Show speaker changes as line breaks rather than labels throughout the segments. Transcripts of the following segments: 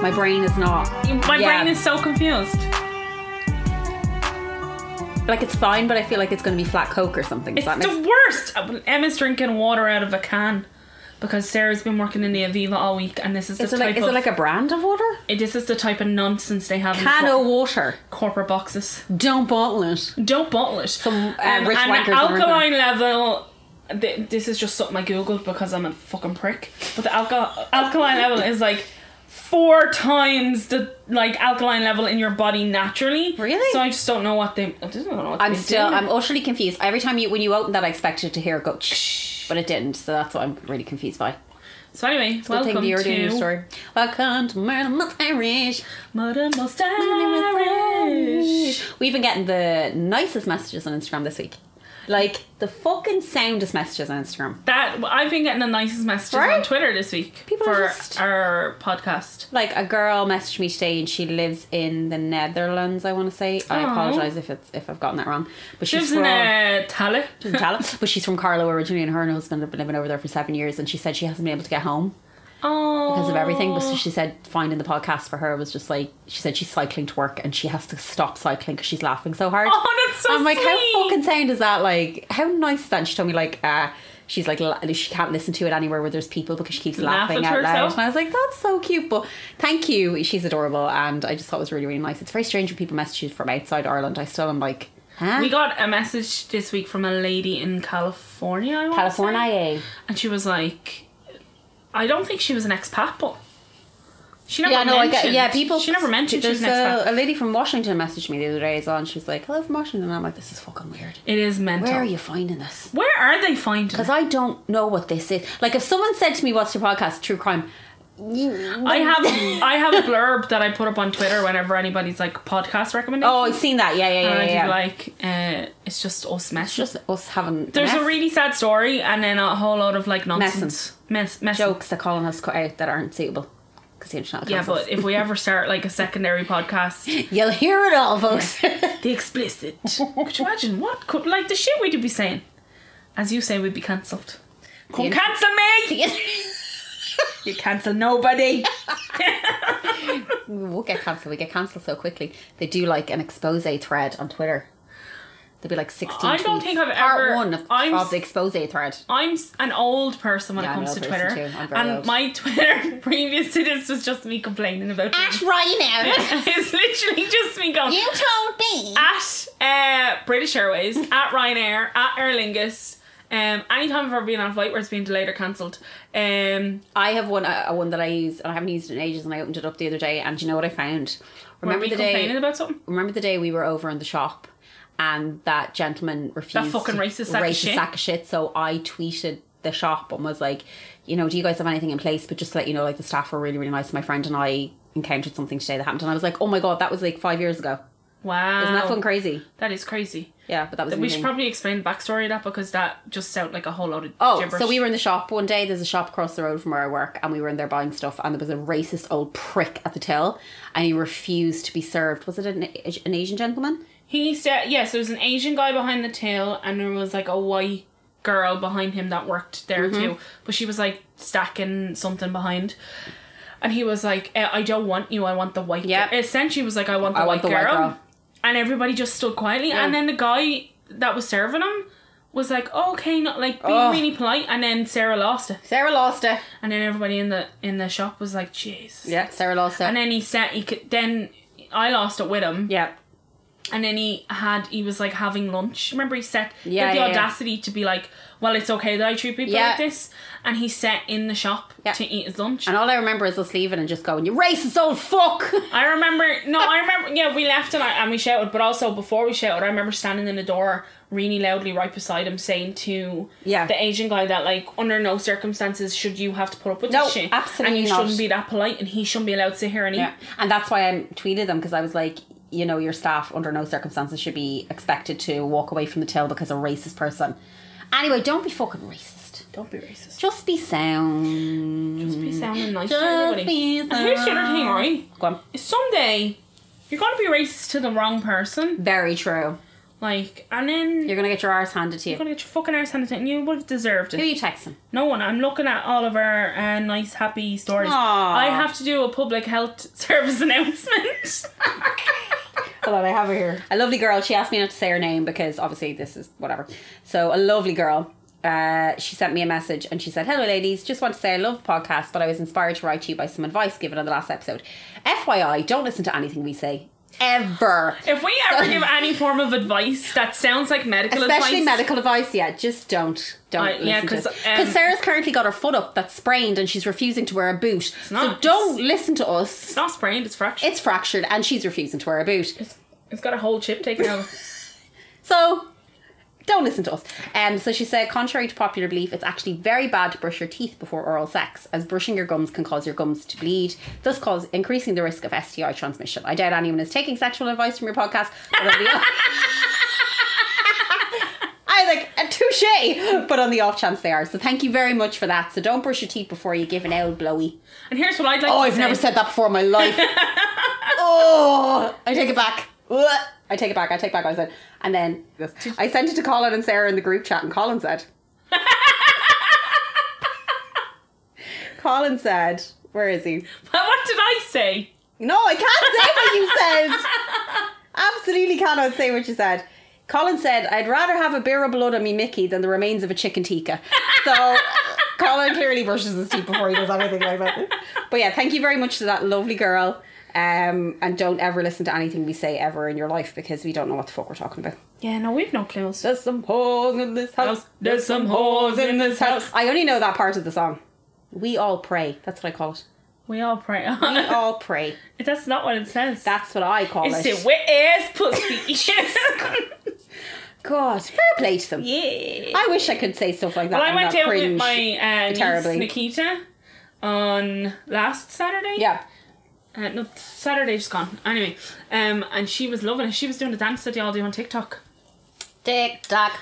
My brain is not.
My
Yeah.
brain is so confused.
Like it's fine, but I feel like it's going to be flat Coke or something. Does
It's
that make
the worst. Uh, Emma's drinking water out of a can because Sarah's been working in the Aviva all week, and this is the
Is it
type
like
of
is it like a brand of water?
it- this is the type of nonsense they have
Can
in
of
cor-
water.
corporate boxes.
Don't bottle it.
Don't bottle it. Um,
Some, uh, rich wankers
and
in
alkaline level. Th- this is just something I googled because I'm a fucking prick. But the alco- alkaline level is like four times the like alkaline level in your body naturally.
Really?
So I just don't know what they. I don't know. What
I'm
they
still.
do.
I'm utterly confused. Every time you when you open that, I expected to hear it go, Shh, but it didn't. So that's what I'm really confused by.
so anyway,
Good
welcome
thing that you're doing your
to
story. Welcome to Murder Irish.
Mother Most Irish.
We've been getting the nicest messages on Instagram this week. Like the fucking soundest messages on Instagram.
That I've been getting the nicest messages on
Right?
Twitter this week
People
for
are just-
our podcast.
Like a girl messaged me today, and she lives in the Netherlands. I want to say. I
Aw.
apologize if it's if I've gotten that wrong. But she's
She's
from
in a tally.
in Cala- but she's from Carlo originally, and her and her husband have been living over there for seven years. And she said she hasn't been able to get home
Oh,
because of everything. But so she said finding the podcast for her was just like she said she's cycling to work, and she has to stop cycling because she's laughing so hard.
Oh, that's so
I'm like,
sweet.
how fucking sound is that? Like, how nice is that? And she told me like, uh, she's like, la- she can't listen to it anywhere where there's people because she keeps
Laugh
laughing
at
out loud.
herself.
And I was like, that's so cute. But thank you, she's adorable, and I just thought it was really really nice. It's very strange when people message you from outside Ireland. I still am like, huh?
We got a message this week from a lady in California. I wanna
California.
say.
eh?
and she was like, I don't think she was an expat, but she never
Yeah, no, I
mentioned.
get. Yeah, people.
She never mentioned she was
There's
an expat.
a, a lady from Washington messaged me the other day as well, and she's like, "Hello from Washington." And I'm like, "This is fucking weird.
It is mental.
Where are you finding this?"
Where are they finding?
Because
it?
I don't know what this is. Like, if someone said to me, "What's your podcast? True crime." Oh, you-
I have I have a blurb that I put up on Twitter whenever anybody's like podcast recommendations.
Oh, I've seen that. Yeah, yeah,
and
yeah,
I
yeah. yeah.
do like uh, it's just us messing.
Just us having
There's
mess-
a really sad story and then a whole lot of like nonsense. Mess, mess.
jokes that Colin has cut out that aren't suitable because the internet.
Yeah,
cancels.
but if we ever start like a secondary podcast,
you'll hear it all, folks.
the explicit. could you imagine what could like the shit we'd be saying? As you say, we'd be cancelled. Come
The-
cancel me. You cancel nobody.
we won't get cancelled. We get cancelled so quickly. They do like an expose thread on Twitter. There'll be like sixteen.
I don't
tweets.
think I've
Part
ever-
one of,
I'm
of the expose thread.
I'm s- an old person when
Yeah,
it
I'm an
comes to
old person
Twitter,
too. I'm very
and
old.
my Twitter previous to this was just me complaining about. things.
right now.
it's literally just me going.
told me.
at uh, British Airways, at Ryanair, at Aer Lingus. Um, anytime I've ever been on a flight where it's been delayed or cancelled, um,
I have one, uh, one that I use, and I haven't used it in ages, and I opened it up the other day, and do you know what I found?
were
Remember
we
the
complaining
day?
about something?
Remember the day we were over in the shop, and that gentleman refused.
fucking
to-
racist sack of shit.
sack of shit. So I tweeted the shop and was like, you know, do you guys have anything in place? But just to let you know, like the staff were really, really nice. My friend and I encountered something today that happened, and I was like, oh my god, that was like five years ago.
Wow,
Isn't that fucking crazy?
That is crazy.
Yeah, but that was.
Oh. We should
amazing.
probably explain the backstory of that because that just sounds like a whole lot of
Oh,
gibberish.
so we were in the shop one day. There's a shop across the road from where I work, and we were in there buying stuff. And there was a racist old prick at the till, and he refused to be served. Was it an, an Asian gentleman?
He said, yes, there was an Asian guy behind the till, and there was like a white girl behind him that worked there
Mm-hmm.
too. But she was like stacking something behind. And he was like, eh, I don't want you, I want the white
Yep.
girl. Essentially, he was like, I want the,
I want
white,
the
girl.
white girl.
And everybody just stood quietly. And then the guy that was serving him was like, okay, not like being
Ugh.
really polite. And then Sarah lost it.
Sarah lost it.
And then everybody in the in the shop was like, jeez.
Yeah, Sarah lost it.
And then he said, he could, then I lost it with him.
yeah,
And then he had he was like having lunch. Remember he said he
Yeah,
had the
yeah, yeah.
audacity to be like, Well, it's okay that I treat people
Yeah.
like this and he sat in the shop
Yeah.
to eat his lunch.
and all I remember is us leaving and just going, "You racist old fuck!"
I remember no, I remember yeah, we left and I, and we shouted, but also before we shouted, I remember standing in the door really loudly right beside him saying to
Yeah.
the Asian guy that like under no circumstances should you have to put up with
No,
this shit.
absolutely
And you
not.
shouldn't be that polite and he shouldn't be allowed to sit here and eat.
Yeah, and that's why I tweeted them because I was like, you know, your staff under no circumstances should be expected to walk away from the till because a racist person. Anyway, don't be fucking racist.
Don't be racist.
Just be sound.
Just be sounding nice to
Mm. Just
everybody.
be
And here's the other thing,
sound.
right?
Go on.
someday you're gonna be racist to the wrong person.
Very true.
Like, and then
You're
you're
gonna get your arse handed to you.
gonna get your fucking arse handed to you. and You would have deserved
Who are
it.
you texting?
No one. I'm looking at all of our uh, nice, happy stories.
Aw.
I have to do a public health service announcement.
Hold on, I have her here. A lovely girl. She asked me not to say her name because obviously this is whatever. So a lovely girl. Uh, she sent me a message and she said, "Hello, ladies. Just want to say I love the podcast, but I was inspired to write to you by some advice given on the last episode. FYI, don't listen to anything we say ever,
if we ever give any form of advice that sounds like medical
especially
advice,
medical advice. Yeah, just don't, don't.
Uh, yeah,
listen to
'cause,
us. 'Cause
um,
Sarah's currently got her foot up that's sprained and she's refusing to wear a boot. so
not-
don't listen to us.
it's not sprained. It's fractured.
It's fractured and she's refusing to wear a boot.
It's, it's got a whole chip taken out.
So don't listen to us. Um, so she said, contrary to popular belief, it's actually very bad to brush your teeth before oral sex, as brushing your gums can cause your gums to bleed, thus cause increasing the risk of STI transmission. I doubt anyone is taking sexual advice from your podcast. But on the I was like, a touche, but on the off chance they are. So thank you very much for that. So don't brush your teeth before you give an old blowy.
And here's what I'd like.
Oh,
to
I've
say.
never said that before in my life. oh, I take it back. Ugh. I take it back. I take back what I said. And then I sent it to Colin and Sarah in the group chat, and Colin said, Colin said, where is he?
what did I say?
No, I can't say what you said. Absolutely cannot say what you said. Colin said, I'd rather have a beer of blood on me Mickey than the remains of a chicken tikka. So Colin clearly brushes his teeth before he does anything like that. But yeah, thank you very much to that lovely girl. Um, and don't ever listen to anything we say ever in your life because we don't know what the fuck we're talking about.
Yeah, no, we've no clues.
There's some hoes in this house.
There's some hoes in this house.
I only know that part of the song. We all pray. That's what I call it.
We all pray.
We all pray.
That's not what it says.
That's what I call
it's
it.
a wet ass pussy.
God, fair play to them.
yeah.
I wish I could say stuff like that.
Well, I
and
went
not
out with
cringe.
my uh, niece
terribly.
Nikita on last Saturday.
yeah.
Uh, no, Saturday just gone. Anyway, um, and she was loving it. She was doing the dance that y'all do on TikTok.
Tick tock.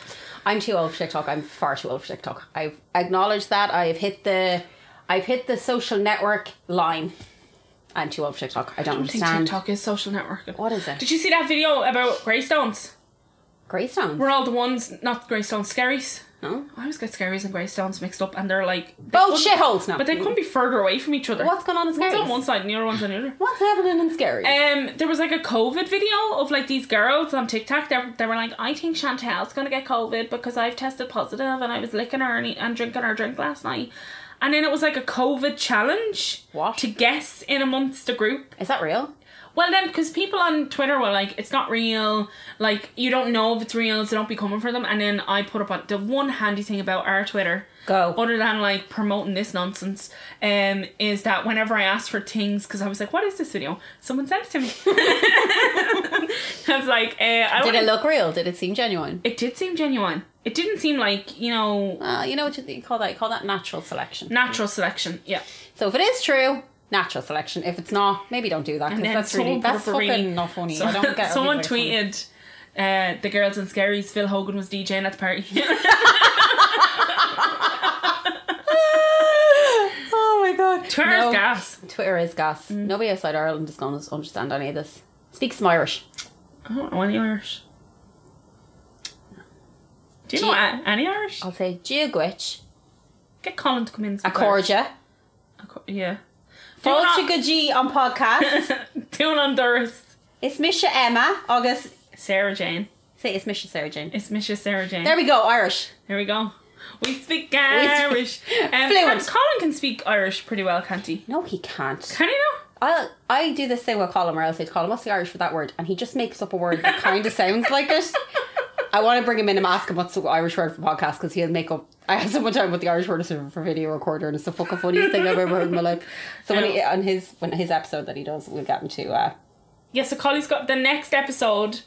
I'm too old for TikTok. I'm far too old for TikTok. I've acknowledged that. I've hit the, I've hit the social network line. I'm too old for TikTok. I don't,
I think
understand.
TikTok is social networking.
What is it?
Did you see that video about Greystones?
Greystones.
We're all the ones, not Greystones, Scaries.
No.
I always get Scaries and Greystones mixed up, and they're like they
Both
couldn't-
shitholes. No.
But they couldn't be further away from each other.
What's going on in
One's on
Scaries?
one side and the other one's on the other.
What's happening in Scaries?
Um, there was like a COVID video of like these girls on TikTok. They, they were like, I think Chantel's gonna get COVID because I've tested positive and I was licking her and, e-, and drinking her drink last night. And then it was like a COVID challenge
What?
to guess in amongst the group.
Is that real?
Well, then because people on Twitter were like, it's not real. Like you don't know if it's real, so don't be coming for them. And then I put up on the one handy thing about our Twitter
Go.
other than like promoting this nonsense, um, is that whenever I asked for things, because I was like, "What is this video?" Someone sent it to me. I was like, uh, "I
Did
wanna-
it look real? Did it seem genuine?
It did seem genuine. It didn't seem like you know
Well, Uh, you know what you, you call that? You call that natural selection.
natural selection. Yeah,
So if it is true, natural selection. If it's not, maybe don't do that because
then
that's really
someone put
that's
up a
fucking
really-
not funny.
So-
I don't get. how
someone
people are funny.
tweeted. Uh, the girls in Scaries, Phil Hogan was DJing at the party.
oh my god.
Twitter's
No,
gas. Mm.
Twitter is gas. Nobody outside Ireland is going to understand any of this. Speak some Irish.
I don't know any Irish. Do you
Do
know
you-
a- any Irish?
I'll say Giagwich,
Get Colin to come in. and
a
speak Irish.
Corja.
Acor- Yeah.
Fáil
not-
si go G on podcast.
Doing on Doris.
It's Misha Emma. August.
Sarah Jane.
Say it's Misha Sarah Jane.
It's Misha Sarah Jane.
There we go, Irish.
There we go. We speak Irish. Um,
Fluent.
Colin can speak Irish pretty well, can't he?
No, he can't.
Can he now?
I I do this thing with Colin where I'll say to Colin, what's the Irish for that word? And he just makes up a word that kind of sounds like it. I want to bring him in and ask him what's the Irish word for podcast because he'll make up. I had so much time with the Irish word is for video recorder, and it's the fucking funniest thing I've ever heard in my life. So when he, on his when his episode that he does, we'll get him to. Uh,
Yeah, so Collie's got the next episode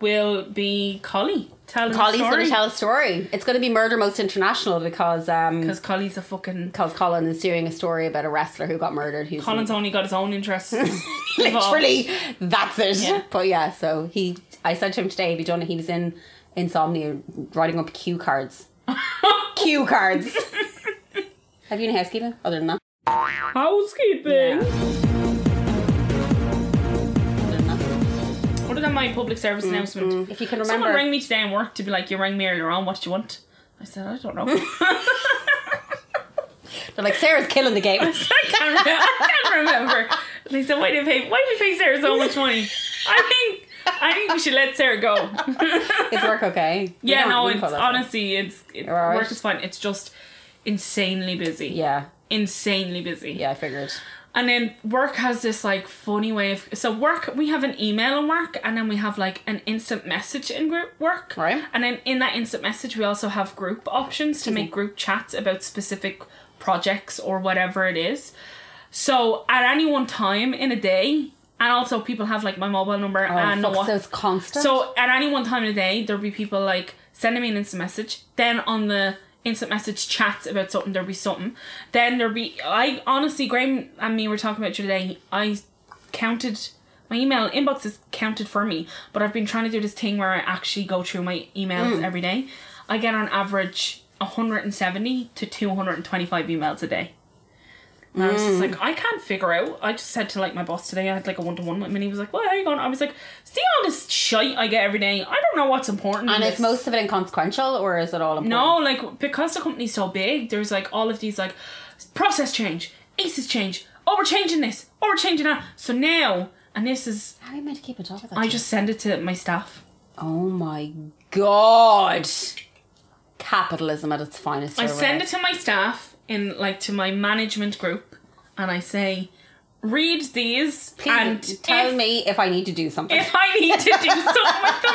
will be Collie telling
Collie's
a
going
story.
to tell a story. It's going to be Murder Most International because um
because Collie's a fucking
because Colin is doing a story about a wrestler who got murdered. Who's
Colin's only got his own interests. involved.
literally that's it
Yeah.
but yeah so he i said to him today have you done it he was in insomnia writing up cue cards cue cards have you any housekeeping other than that
Housekeeping.
Other than that.
Other than than my public service announcement.
If you can
Someone
Mm-hmm. remember,
rang me today in work to be like, "You rang me earlier on. What did you want?" I said, "I don't know.
they're like Sarah's killing the game.
I, can't re- I can't remember." They said, "Why did we pay? Why did we pay Sarah so much money?" I think I think we should let Sarah go.
Is work okay? We
yeah,
don't-
no,
we can
it's
call that.
honestly, it's it,
You're all right?
work is fine. It's just insanely busy.
Yeah,
insanely busy.
yeah, I figured.
And then work has this like funny way of so work we have an email in work and then we have like an instant message in group work.
Right.
And then in that instant message we also have group options to make group chats about specific projects or whatever it is. So at any one time in a day and also people have like my mobile number
Oh,
and
fuck,
what
so it's constant.
Uh, so at any one time of the day, there'll be people like sending me an instant message. Then on the instant message chats about something, there'll be something. Then there'll be I honestly, Graham and me were talking about it today. I counted my email inbox is counted for me, but I've been trying to do this thing where I actually go through my emails
Mm.
every day. I get on average 170 to 225 emails a day. And I was
Mm.
just like, I can't figure out. I just said to like my boss today, I had like a one to one with him, and he was like, "Well, how you going?" I was like, "See all this shite I get every day. I don't know what's important." in
and is
this."
most of it inconsequential, or is it all important?
No, like because the company's so big, there's like all of these like process change, aces change. Oh, we're changing this. Oh, we're changing that. So now, and this is,
How are you meant to keep on top of that?
I
shit?
just send it to my staff.
Oh my god! Capitalism at its finest.
I send it to my staff in like to my management group, and I say, "Read these
Please
and
tell
if,
me if I need to do something.
if I need to do something with them."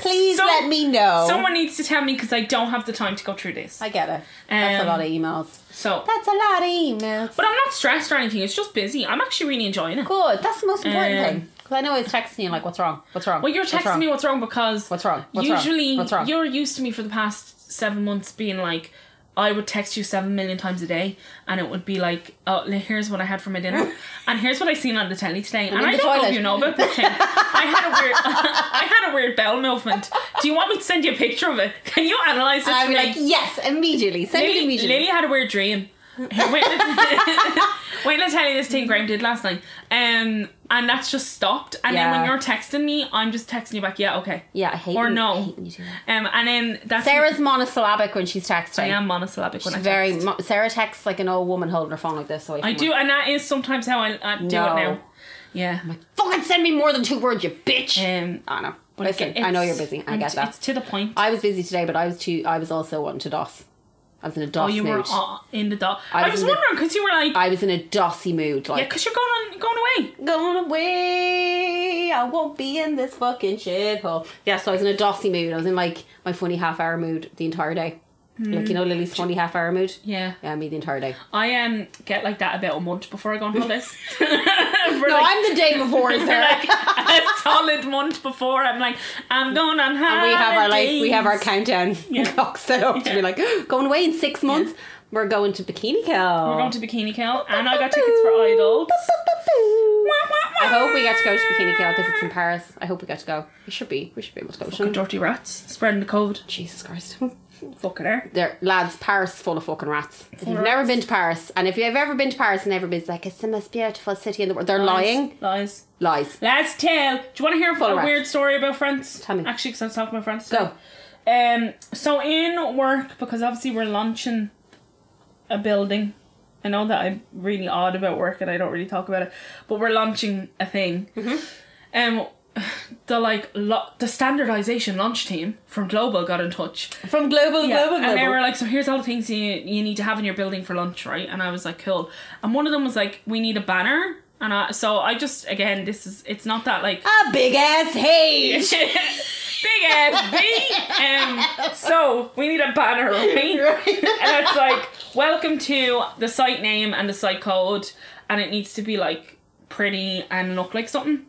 Please
some-
let me know.
Someone needs to tell me because I don't have the time to go through this.
I get it. That's a
Um,
lot of emails.
So,
That's a lot of emails.
but I'm not stressed or anything. It's just busy. I'm actually really enjoying it.
Good. That's the most important
Um,
thing. Because I know I was texting you like, "What's wrong? What's wrong?"
Well, you're
What's wrong?
texting me what's wrong because
What's wrong? What's wrong?
usually
What's wrong?
you're used to me for the past seven months being like, I would text you seven million times a day, and it would be like, "Oh, li- here's what I had for my dinner, and here's what I seen on the telly today." and
in
I
the
don't know
toilet.
if you know about this thing. I had a weird, I had a weird bowel movement. Do you want me to send you a picture of it? Can you analyze this?
And I'd
for
be
me?
like, "Yes, immediately. Send it
Lily,
immediately."
Lily had a weird dream. Wait, wait, let's tell you this thing Graham did last night. Um, and that's just stopped. And then
Yeah.
when you're texting me, I'm just texting you back. Yeah, okay.
yeah, I hate
Or
when-
no.
I hate when you do that.
Um, and then that's
Sarah's monosyllabic when she's texting.
I am monosyllabic when I
She's
text.
very. Mo- Sarah texts like an old woman holding her phone like this. Away
I
from
do, and that is sometimes how I, I do
No.
it now. Yeah.
Her. Fucking send me more than two words, you bitch.
Um,
I know.
but
Listen,
it-
I know you're
it's-
busy. I
and
get that.
It's to the point.
I was busy today, but I was too. I was also wanting to DOS. I was in a DOS
oh, you
mood.
were all in the dot. I,
was
was
in the-
wondering because you were like,
I was in a DOSy mood,
yeah,
like
because you're going on, going away.
going away. I won't be in this fucking shithole. Yeah, so I was in a DOSy mood. I was in like my funny half hour mood the entire day.
Hmm.
Like you know, Lily's funny half hour mood.
Yeah.
Yeah, me the entire day.
I um get like that about a month before I go on holidays. no,
No, I'm the day before,
for
Sarah.
like a solid month before. I'm like, I'm going on
And
holiday.
we have our like we have our countdown clock set up to
Yeah.
be like going away in six months. We're going to Bikini Kill.
We're going to Bikini Kill, and I got tickets for Idols.
I hope we get to go to Bikini Kill because it's in Paris. I hope we get to go. We should be. We should be able to go.
Fucking
shouldn't we?
dirty rats spreading the COVID.
Jesus Christ.
Fucking air.
There, lads, Paris is full of fucking rats. If you've
of
never
rats.
been to Paris, and if you've ever been to Paris and everybody's like, it's the most beautiful city in the world, they're lying.
Lies.
Lies.
Let's tell. Do you want to hear
of
a
rats.
weird story about France?
Tell me.
Actually, because I was talking about France.
Go.
Um, so in work, because obviously we're launching a building. I know that I'm really odd about work and I don't really talk about it, but we're launching a thing.
Mm-hmm.
Um, the like lo- the standardization launch team from Global got in touch.
From global, global, global.
And they were like, so here's all the things you, you need to have in your building for lunch, right? And I was like, cool. And one of them was like, we need a banner. And I, so I just, again, this is, it's not that like,
a big ass hate.
Big ass B. Um, so we need a banner, right? And it's like, welcome to the site name and the site code, and it needs to be like pretty and look like something.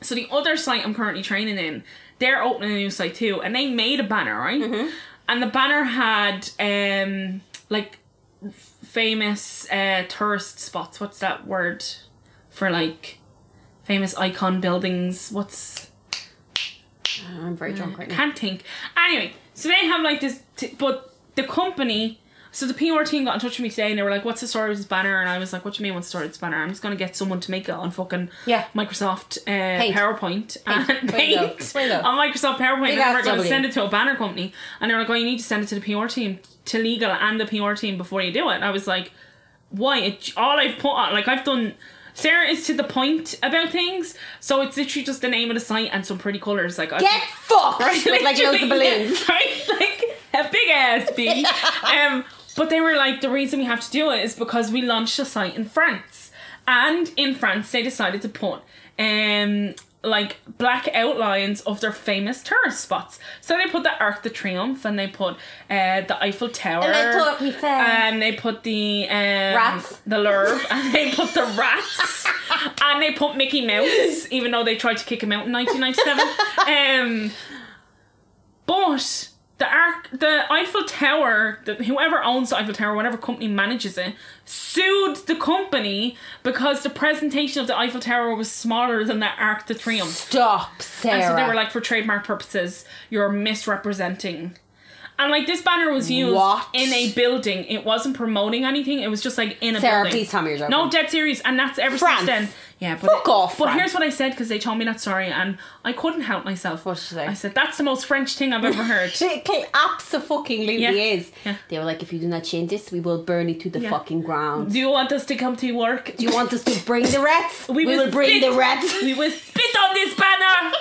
So the other site I'm currently training in, they're opening a new site too, and they made a banner, right? And the banner had um like f- famous uh tourist spots. What's that word for like famous icon buildings? What's
I'm very drunk right now.
can't think. Anyway, so they have like this, t- but the company. So the PR team got in touch with me today and they were like, What's the story with this banner? And I was like, What do you mean, what's the story with this banner? I'm just going to get someone to make it on fucking
Yeah.
Microsoft uh,
Paint.
PowerPoint and
Way to go.
paint
Way to go.
on Microsoft PowerPoint.
Big
And then we're
ass
going to
W.
send it to a banner company. And they were like, Oh, you need to send it to the PR team, to legal and the PR team before you do it. And I was like, why it all I've put on like I've done Sarah is to the point about things, so it's literally just the name of the site and some pretty colours. Like I
Get fucked! Look like loads of balloons.
right? Like a big ass bee. um, but they were like, the reason we have to do it is because we launched a site in France, and in France they decided to put um like black outlines of their famous tourist spots. So they put the Arc de Triomphe and they put uh, the Eiffel Tower.
I thought we found-
And they put the um,
Rats.
the Lurve, and they put the rats, and they put Mickey Mouse, even though they tried to kick him out in 1997. um, but the Arc, the Eiffel Tower, the, whoever owns the Eiffel Tower, whatever company manages it, sued the company because the presentation of the Eiffel Tower was smaller than the Arc de Triomphe.
Stop, Sarah.
And so they were like, for trademark purposes, you're misrepresenting. And like this banner was used
What?
in a building. It wasn't promoting anything. It was just like in a
Sarah,
building.
please tell me you're joking.
No, dead serious. And that's ever
France.
since then. Yeah, but
Fuck off,
But
France.
here's what I said because they told me that story, and I couldn't help myself.
What did you say?
I said that's the most French thing I've ever heard.
It absolutely
Yeah.
is.
Yeah.
They were like, if you do not change this, we will burn you to the
Yeah.
fucking ground.
Do you want us to come to work?
Do you want us to bring the rats?
We will
bring
spit-
the rats.
We will spit on this banner.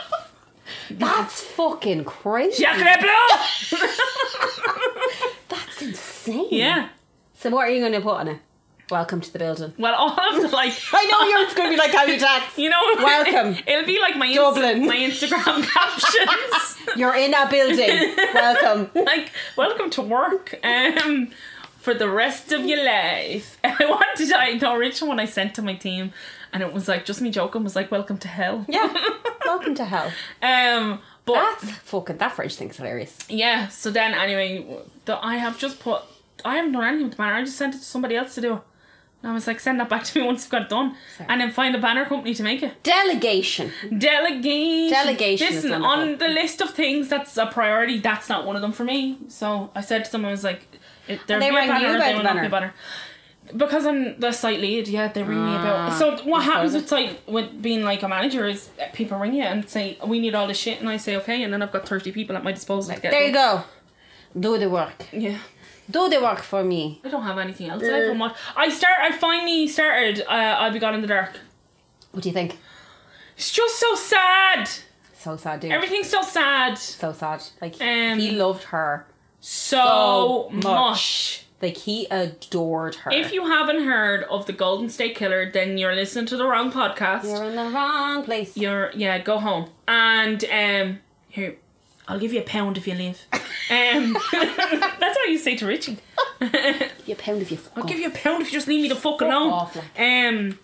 That's fucking crazy.
Jacques Bleu.
That's insane.
Yeah.
So what are you going to put on it? Welcome to the building.
Well, all of the like.
I know you're. It's going to be like Happy Jacks.
You know,
Welcome.
It, will be like my Inst-
Dublin.
my Instagram captions,
You're in a building. Welcome.
like "Welcome to work." Um, for the rest of your life, I wanted to, I the original one I sent to my team, and it was like just me joking was like "Welcome to hell."
Yeah. Welcome to hell.
Um, but
That's fucking. That French thing's hilarious.
yeah. So then, anyway, the, I have just put. I haven't done anything with the banner. I just sent it to somebody else to do. And I was like, send that back to me once you've got it done,
Fair.
and then find a banner company to make it.
Delegation.
Delegation.
Delegation is
Listen,
wonderful.
on the list of things that's a priority, that's not one of them for me. So I said to them, I was like, it- "There
And they
will be a
rang you
banner.
about
There
the
will not be
banner?
a banner." Because I'm the site lead, yeah, they ring me about.
Ah,
So what happens
further.
with site with being like a manager is that people ring you and say, "We need all this shit," and I say, "Okay," and then I've got thirty people at my disposal. to get
There you
done.
go. Do the work.
Yeah.
Do the work for me.
I don't have anything else. I haven't watched. I start. I finally started. Uh, I'll be gone in the dark.
What do you think?
It's just so sad.
So sad, dude.
Everything's so sad.
so sad. Like
Um,
he loved her.
So,
So
much.
much. Like he adored her.
If you haven't heard of the Golden State Killer, then you're listening to the wrong podcast.
are in the wrong place.
You're yeah, go home. And um here, I'll give you a pound if you leave. Um That's what you say to Richie.
You pound if you fuck
I'll
off.
give you a pound if you just leave me the fuck
Fuck
alone.
off, like.
Um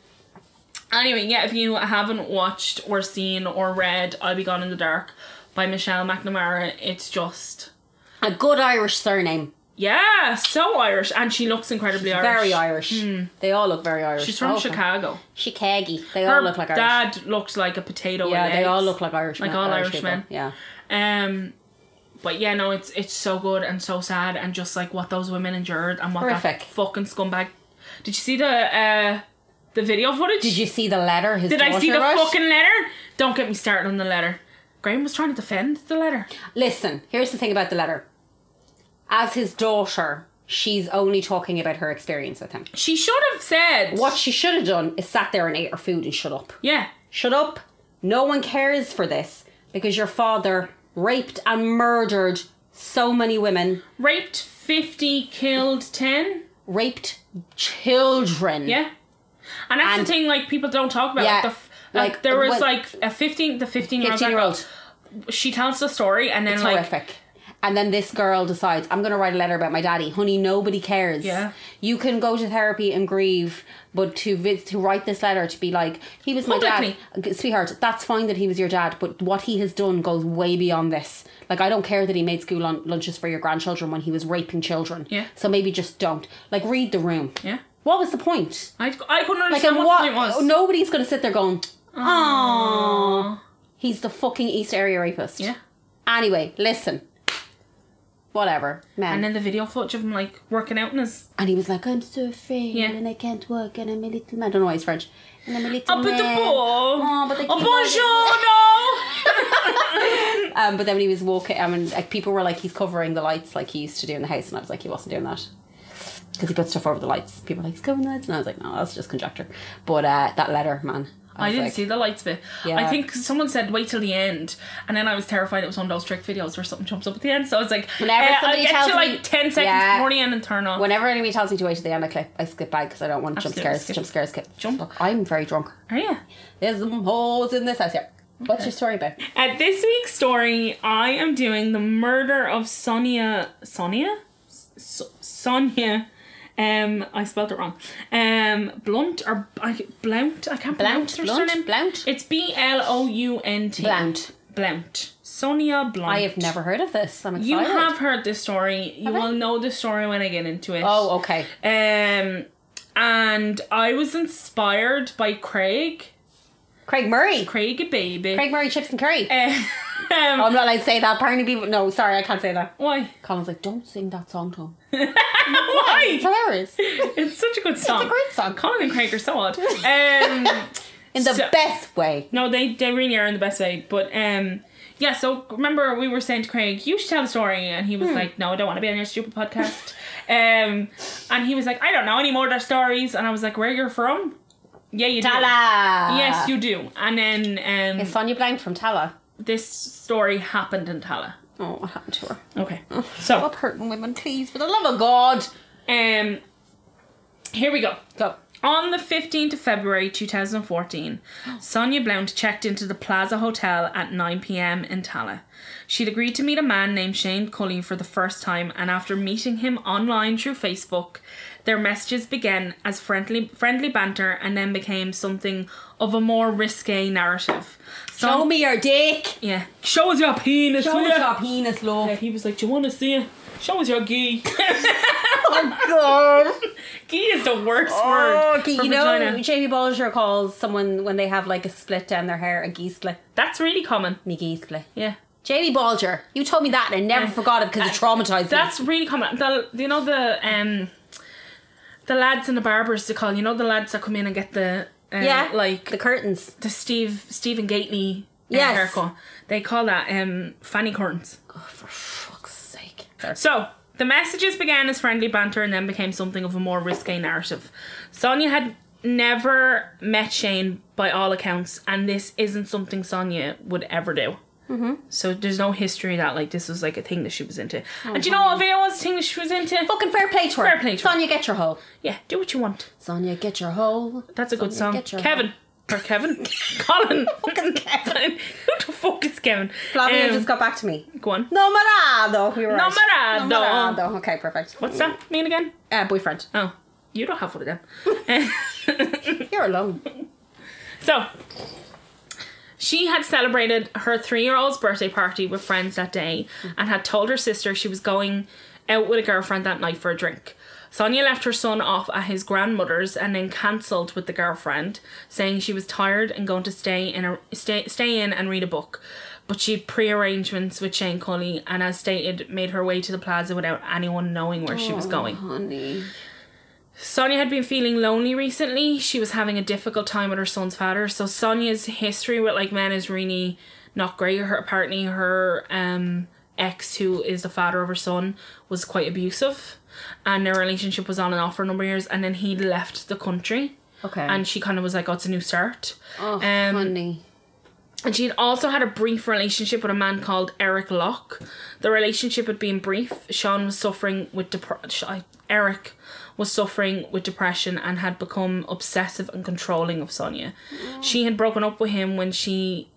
anyway, yeah, if you haven't watched or seen or read I'll Be Gone in the Dark by Michelle McNamara, it's just
A good Irish surname.
yeah, so Irish, and she looks incredibly Irish. Hmm.
Very Irish. They all look very Irish.
She's from
All
Chicago.
Chicago. They
Her
all look like Irish.
dad looked like a potato.
yeah,
and
they all
eggs.
look like Irish.
Like
men-
all
Irish
Irishmen.
people. Yeah.
Um, but yeah, no, it's it's so good and so sad and just like what those women endured and what
Horrific.
that fucking scumbag. Did you see the uh the video footage?
Did you see the letter? His
Did I see the
daughter wrote?
fucking letter? Don't get me started on the letter. Graham was trying to defend the letter.
Listen, here's the thing about the letter. As his daughter, she's only talking about her experience with him.
She should have said
What she should have done is sat there and ate her food and shut up.
Yeah,
Shut up. No one cares for this because your father raped and murdered so many women,
raped fifty, killed ten.
raped children.
Yeah. And that's
And-
the thing, like people don't talk about.
Yeah,
like, the f- like,
like,
there was
what-
like a fifteen, the fifteen year old,
15 year old.
she tells the story and then
It's
like
horrific. And then this girl decides, I'm going to write a letter about my daddy. Honey, nobody cares.
Yeah.
You can go to therapy and grieve, but to vis- to write this letter to be like, he was my
Publicly.
dad. Sweetheart, that's fine that he was your dad, but what he has done goes way beyond this. Like, I don't care that he made school lun- lunches for your grandchildren when he was raping children.
Yeah.
So maybe just don't. Like, read the room.
yeah.
What was the point?
I, I couldn't
Like,
understand
and
what,
what?
the point was.
Nobody's going to sit there going, Aww. He's the fucking East Area rapist.
Yeah.
Anyway, listen. whatever, man.
And then the video footage of him like working out in his.
And he was like, I'm so afraid
Yeah.
and I can't work and I'm a little man. I don't know why he's French. And I'm a little
Up at
man.
Ah, the Ah, ball.
Oh, but they keep
bonjour, no.
Um, but then when he was walking, I mean, like, people were like, he's covering the lights like he used to do in the house. And I was like, he wasn't doing that. Because he put stuff over the lights. People were like, he's covering the lights. And I was like, no, that's just conjecture. But uh, that letter, man.
I
was
didn't
like,
see the lights bit. I
Yeah.
think someone said wait till the end, and then I was terrified it was one of those trick videos where something jumps up at the end. So I was like,
Whenever
eh, I'll
somebody
get
tells
to like
me-
ten seconds
Yeah.
before the end and turn off.
Whenever anybody tells me to wait till the end, I clip, I skip by because I don't want
Absolutely,
jump scares.
skip.
Jump scares, skip.
Jump.
Look, I'm very drunk.
Are you?
There's some holes in this house here. What's your story about?
At this week's story, I am doing the murder of Sonia. Sonia? S- Sonia. Um, I spelled it wrong. Um, Blunt or I, Blount? I can't pronounce her surname.
blount,
It's B L O U N T.
blount.
Blount. Sonia Blount.
I have never heard of this. I'm excited.
You have heard this story. You
Have I?
will know the story when I get into it.
Oh, okay.
Um, and I was inspired by Craig.
Craig Murray.
Craig a baby.
Craig Murray chips and curry.
Um,
Oh, I'm not allowed to say that. Apparently, people. No, sorry, I can't say that.
why?
Colin's like, don't sing that song to him. It's
Why?
hilarious.
It's such a good song.
It's a great song.
Colin and Craig are so odd. Um,
In the
So-
best way.
no, they, they really are in the best way. But um, yeah, so remember we were saying to Craig, you should tell a story. And he was
Hmm.
like, no, I don't want to be on your stupid podcast. um, and he was like, I don't know any more of their stories. And I was like, where you're from? Yeah, you do.
Tala.
Yes, you do. And then um,
It's Sonia Blank from Tala.
this story happened in Tala.
Oh, what happened to her?
Okay. So
Stop hurting women, please, for the love of God.
um, here we go.
Go.
On the 15th of February 2014, Sonia Blount checked into the Plaza Hotel at 9pm in Tala. She'd agreed to meet a man named Shane Cully for the first time, and after meeting him online through Facebook, their messages began as friendly, friendly banter and then became something of a more risque narrative.
Show
Son-
me your dick.
Yeah. Show us your penis,
Show
will
us
ya?
your penis,
Yeah,
love.
he was like, Do you want to see it? Show us your gee.
Oh, God.
gee is the worst
Oh,
word.
okay,
for
you know,
vagina.
Jamie Bolger calls someone when they have like a split down their hair a gee split.
That's really common.
Me gee split.
Yeah.
Jamie Bolger, you told me that and I never forgot it because it traumatized
That's really common. The, you know, the um, the lads in the barbers to call, you know, the lads that come in and get the. Uh,
me. Yeah,
like
the
the,
curtains.
Steve Stephen Gately uh,
Yes.
haircut. They call that um fanny curtains.
Oh, for fuck's sake.
So the messages began as friendly banter and then became something of a more risque narrative. Sonia had never met Shane by all accounts, and this isn't something Sonia would ever do.
Mm-hmm.
So there's no history that like this was like a thing that she was into. and
Oh,
do you know what video was a thing that she was into?
Fucking fair play to her.
Fair play to her.
Sonia, get your hole.
Yeah, do what you want.
Sonia, get your hole.
That's a good song.
Sonia, get your
Kevin. Or Kevin. Colin.
Fucking Kevin.
Who the fuck is Kevin?
Flavia
Um,
just got back to me.
go on.
Numerado. We were right.
Numerado.
Numerado. Okay, perfect.
What's that mean again?
Uh, boyfriend.
Oh, you don't have one of them.
You're alone.
So she had celebrated her three year old's birthday party with friends that day and had told her sister she was going out with a girlfriend that night for a drink. Sonia left her son off at his grandmother's and then cancelled with the girlfriend, saying she was tired and going to stay in a stay, stay in and read a book. But she had pre-arrangements with Shane Cully and as stated made her way to the plaza without anyone knowing where she was going.
Honey.
Sonia had been feeling lonely recently. She was having a difficult time with her son's father. So Sonia's history with like men is really not great. Her apparently her um ex who is the father of her son was quite abusive and their relationship was on and off for a number of years and then he left the country
Okay.
and she kind of was like oh it's a new start
oh,
um,
honey.
and she had also had a brief relationship with a man called Eric Locke. The relationship had been brief. Sean was suffering with depression. Eric was suffering with depression and had become obsessive and controlling of Sonia. She had broken up with him when she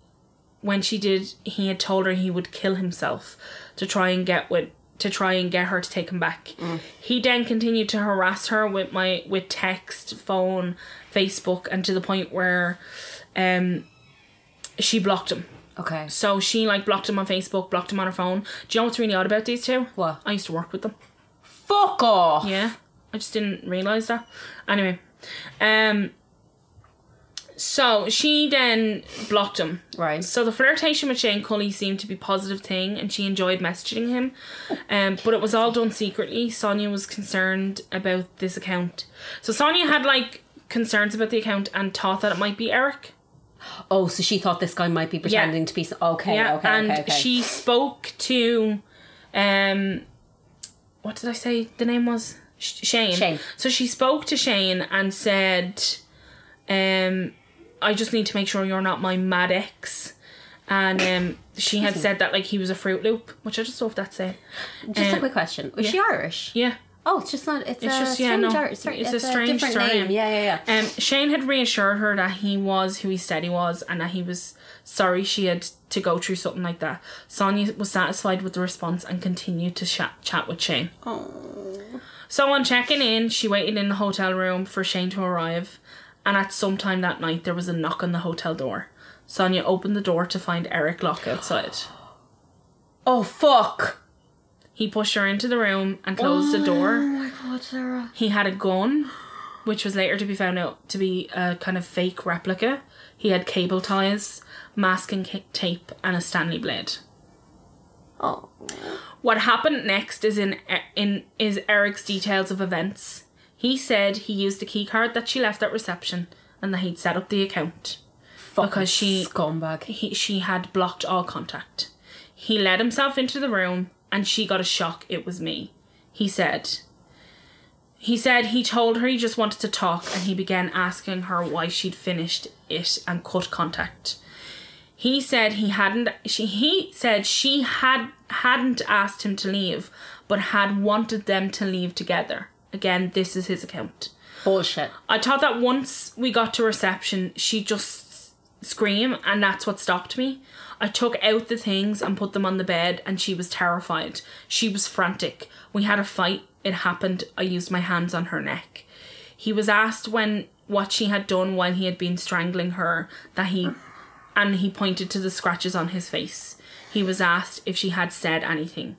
when she did he had told her he would kill himself to try and get with to try and get her to take him back. He then continued to harass her with my with text, phone, Facebook and to the point where um she blocked him.
Okay.
So she like blocked him on Facebook, blocked him on her phone. Do you know what's really odd about these two?
What?
I used to work with them.
Fuck off.
Yeah. I just didn't realise that. Anyway. Um So she then blocked him.
Right.
So the flirtation with Shane Cully seemed to be a positive thing, and she enjoyed messaging him. Um, but it was all done secretly. Sonia was concerned about this account. So Sonia had like concerns about the account and thought that it might be Eric.
Oh, so she thought this guy might be pretending to be. s- Okay,
Yeah,
okay,
and
okay, okay.
she spoke to, um, what did I say? The name was Sh- Shane.
Shane.
So she spoke to Shane and said, um, I just need to make sure you're not my mad ex. And um, she
Hmm.
had said that like he was a Fruit Loop, which I just love that saying.
just
uh,
a quick question: Was she Irish?
Yeah.
Oh, it's just not. It's,
It's
a
just yeah,
strange
no,
Irish. sorry,
it's, a strange
different
surname.
name. Yeah, yeah, yeah.
Um, Shane had reassured her that he was who he said he was and that he was sorry she had to go through something like that. Sonia was satisfied with the response and continued to chat, chat with Shane. So on checking in, she waited in the hotel room for Shane to arrive, and at some time that night there was a knock on the hotel door. Sonia opened the door to find Eric Locke outside.
Oh fuck!
He pushed her into the room and closed the door.
my god, Sarah.
He had a gun, which was later to be found out to be a kind of fake replica. He had cable ties, masking ca- tape, and a Stanley blade.
Oh,
What happened next is in e-, in is Eric's details of events. He said he used the keycard that she left at reception, and that he'd set up the account.
fuck!
Because she-
scumbag.
He, she had blocked all contact. He let himself into the room and she got a shock it was me. He said. He said he told her he just wanted to talk and he began asking her why she'd finished it and cut contact. He said he hadn't she he said she had hadn't asked him to leave but had wanted them to leave together. Again, this is his account.
Bullshit.
I thought that once we got to reception, she just s- scream, and that's what stopped me. I took out the things and put them on the bed, and she was terrified. She was frantic. We had a fight. It happened. I used my hands on her neck. He was asked when what she had done while he had been strangling her that he and he pointed to the scratches on his face. He was asked if she had said anything.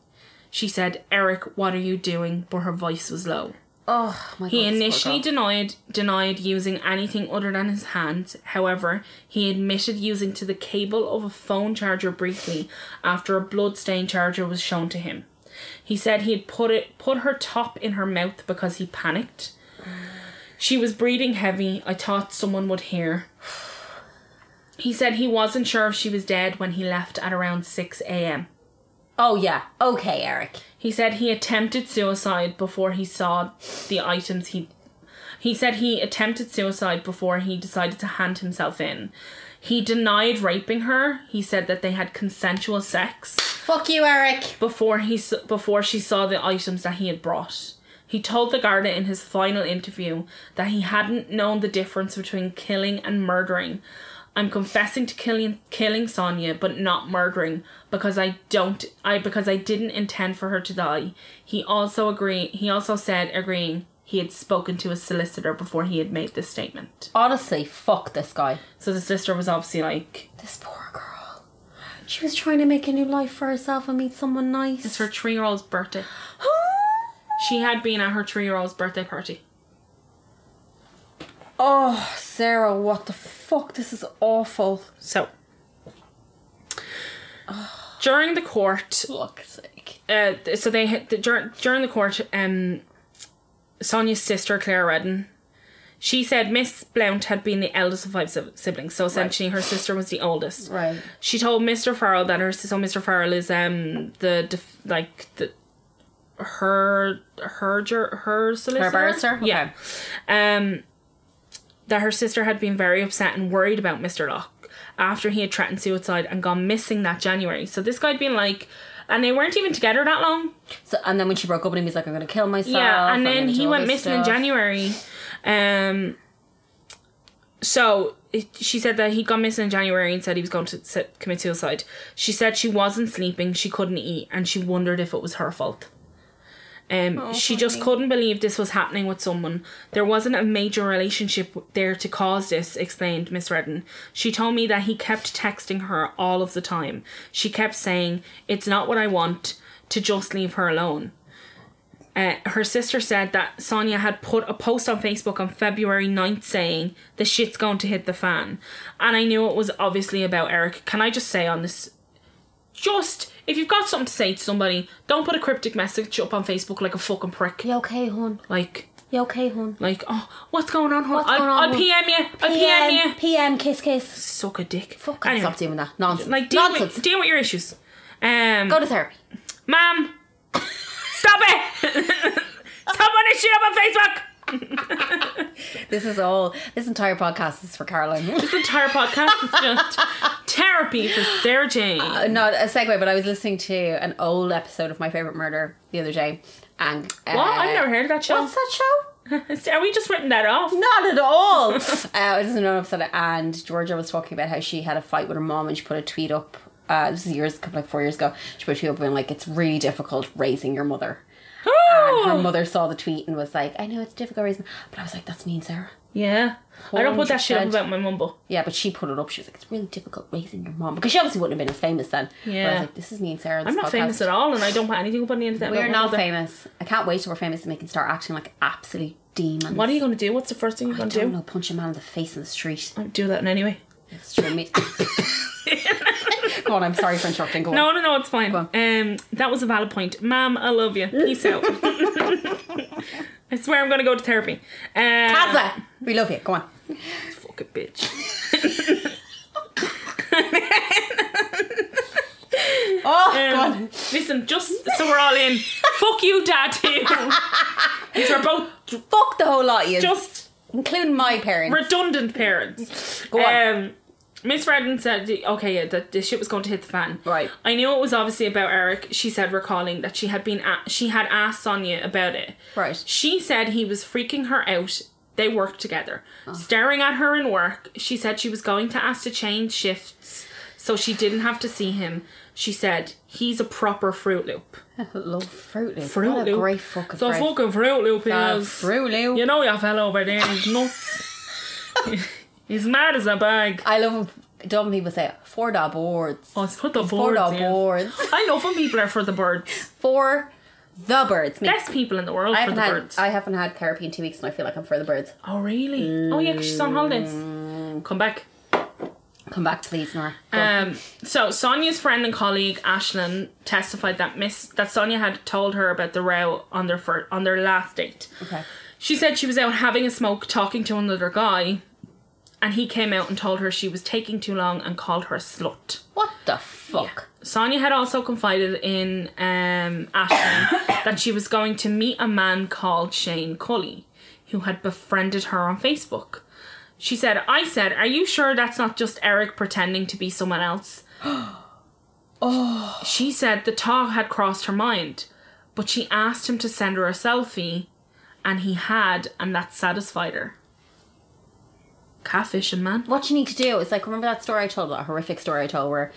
She said, "Eric, what are you doing?" but her voice was low.
Oh my god.
He
this poor
initially
girl.
denied denied using anything other than his hands. However, he admitted using to the cable of a phone charger briefly after a bloodstain charger was shown to him. He said he had put it put her top in her mouth because he panicked. She was breathing heavy. I thought someone would hear. He said he wasn't sure if she was dead when he left at around 6 a.m.
Oh yeah. Okay, Eric.
He said he attempted suicide before he saw the items he. He said he attempted suicide before he decided to hand himself in. He denied raping her. He said that they had consensual sex
Fuck you, Eric.
before he s- before she saw the items that he had brought. He told the Garda in his final interview that he hadn't known the difference between killing and murdering. I'm confessing to killing killing Sonia, but not murdering because I don't I because I didn't intend for her to die. He also agree he also said agreeing he had spoken to his solicitor before he had made this statement.
Honestly, fuck this guy.
So the solicitor was obviously like,
This poor girl. She was trying to make a new life for herself and meet someone nice.
it's her three year old's birthday. She had been at her three year old's birthday party.
oh, Sarah, what the fuck? This is awful.
So, during the court,
Fuck's sake.
uh, so they had- the, dur- during the court, um, Sonia's sister Claire Redden, she said Miss Blount had been the eldest of five si- siblings, so essentially her sister was the oldest.
Right.
She told Mr. Farrell that her so Mr. Farrell is um the def- like the her her jur- her solicitor
barrister?
yeah um that her sister had been very upset and worried about Mr. Locke after he had threatened suicide and gone missing that January. So this guy'd been like, and they weren't even together that long.
So, and then when she broke up with him, he's like, "I'm gonna kill myself."
Yeah,
I'm
and then
gonna do
he
all
went
this
missing in
stuff.
January. Um, so it, she said that he'd gone missing in January and said he was going to s- commit suicide. She said she wasn't sleeping, she couldn't eat, and she wondered if it was her fault. Um,
Oh,
she just couldn't believe this was happening with someone. There wasn't a major relationship w- there to cause this, explained Miss Redden. She told me that he kept texting her all of the time. She kept saying, It's not what I want, to just leave her alone. Uh, her sister said that Sonia had put a post on Facebook on February 9th saying, the shit's going to hit the fan. And I knew it was obviously about Eric. Can I just say on this? Just, if you've got something to say to somebody, don't put a cryptic message up on Facebook like a fucking prick.
You okay, hon?
Like,
You okay, hon?
like, oh, what's going on? hon?
What's
I'll,
going on,
I'll
hon?
PM you. I'll PM, you.
PM, kiss, kiss.
Suck a dick.
Fucking
Anyway,
stop doing that. Nonsense.
Like, deal
Nonsense.
with, deal with your issues. Um,
Go to therapy.
Mom, stop it! stop on this shit up on Facebook.
This is all. This entire podcast is for Caroline.
This entire podcast is just therapy for Sarah Jane.
Uh, not a segue, but I was listening to an old episode of My Favorite Murder the other day, and uh,
well, I've never heard of that show.
What's that show?
Are we just writing that off?
Not at all. uh, it was another episode, and Georgia was talking about how she had a fight with her mom, and she put a tweet up. Uh, this is years, a couple like four years ago. She put a tweet up being like, "It's really difficult raising your mother." And
Oh.
her mother saw the tweet and was like, "I know it's difficult raising," but I was like, "That's mean, Sarah."
yeah. I don't put that shit up
100%.
about my mumble.
Yeah, but she put it up. She was like, "It's really difficult raising your mom," because she obviously wouldn't have been as famous then. but I
Yeah.
was like, "This is mean, Sarah." This
I'm not famous at all, and I don't put anything up on the internet.
We're
about my
not
mother.
famous. I can't wait till we're famous and we can start acting like absolute demons.
What are you going to do? What's the first thing you're
I
going to
don't
do?
know. Punch a man in the face in the street.
I'll do that in anyway.
It's true. me- Go on. I'm sorry for interrupting. Oh. Go on.
No, no, no, it's fine.
on.
Um, that was a valid point. Ma'am, I love you. Peace out. I swear I'm going to go to therapy. Um,
Hazza, we love you. Go on.
fucking bitch.
Oh, go
Um,
on.
listen, just so we're all in. fuck you, dad. Too. These are both
Fuck the whole lot of you,
just
including my parents.
redundant parents.
Go on.
Um, Miss Redden said, okay, yeah, that this shit was going to hit the fan.
Right.
I knew it was obviously about Eric. She said, recalling that she had been, a- she had asked Sonia about it.
Right.
She said he was freaking her out. They worked together.
Oh.
Staring at her in work, she said she was going to ask to change shifts so she didn't have to see him. She said, he's a proper Fruit Loop.
Love Fruit Loop.
Fruit
what
Loop.
a great fucking
So
phrase.
fucking Fruit Loop he
Uh,
is.
Fruit Loop.
You know your fellow over there is nuts. He's mad as a bag.
I love when dumb people say four da boards.
Oh, it's for the
Four
boards.
da
yeah.
boards.
I love when people are for the birds.
For the birds. Me.
Best people in the world
I haven't
for the
had
birds.
I haven't had therapy in two weeks, and I feel like I'm for the birds.
oh really? Oh yeah, 'cause she's on holidays.
Mm.
Come back.
Come back, please, Nora. Go on.
Um, so Sonia's friend and colleague Ashlyn testified that Miss that Sonia had told her about the row on their fir- on their last date.
okay.
She said she was out having a smoke, talking to another guy, and he came out and told her she was taking too long and called her a slut.
What the fuck?
Sonia had also confided in um, Ashley that she was going to meet a man called Shane Cully, who had befriended her on Facebook. She said, I said, Are you sure that's not just Eric pretending to be someone else? oh. She said the thought had crossed her mind, but she asked him to send her a selfie, and he had, and that satisfied her. Catfishing, man.
What you need to do is like remember that story I told, that horrific story I told where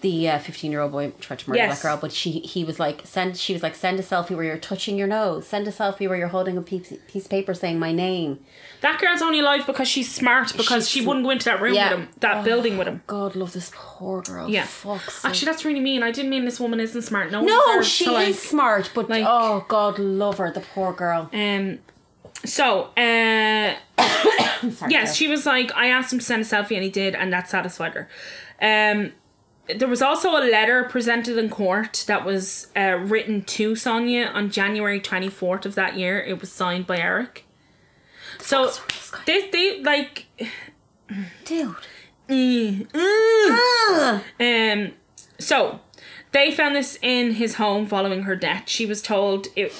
the uh, fifteen-year-old boy tried to murder
Yes.
that girl, but she he was like send she was like send a selfie where you're touching your nose, send a selfie where you're holding a piece, piece of paper saying my name.
That girl's only alive because she's smart, because
She's
she
sm-
wouldn't go into that room
Yeah.
with him, that building with him.
God love this poor girl.
Yeah.
Fuck's sake.
Actually, that's really mean. I didn't mean this woman isn't smart. No, one
no,
deserves
she
to, like-
is smart, but
like-
oh God, love her, the poor girl.
Um, so, uh,
Sorry,
yes,
girl.
she was like, I asked him to send a selfie, and he did, and that satisfied her. Um, there was also a letter presented in court that was uh, written to Sonia on January twenty fourth of that year. It was signed by Eric. So
fuck is wrong with
they they like
dude.
Mm.
Ah!
Ugh.
Um, so they found this in his home following her death. She was told it.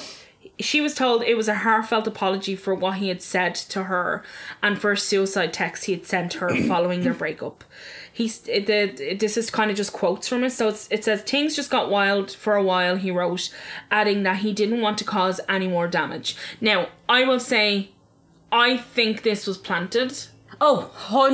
She was told it was a heartfelt apology for what he had said to her, and for a suicide text he had sent her following their breakup. He's the this is kind of just quotes from it. So it's, it says things just got wild for a while. He wrote, adding that he didn't want to cause any more damage. Now I will say, I think this was planted
Oh,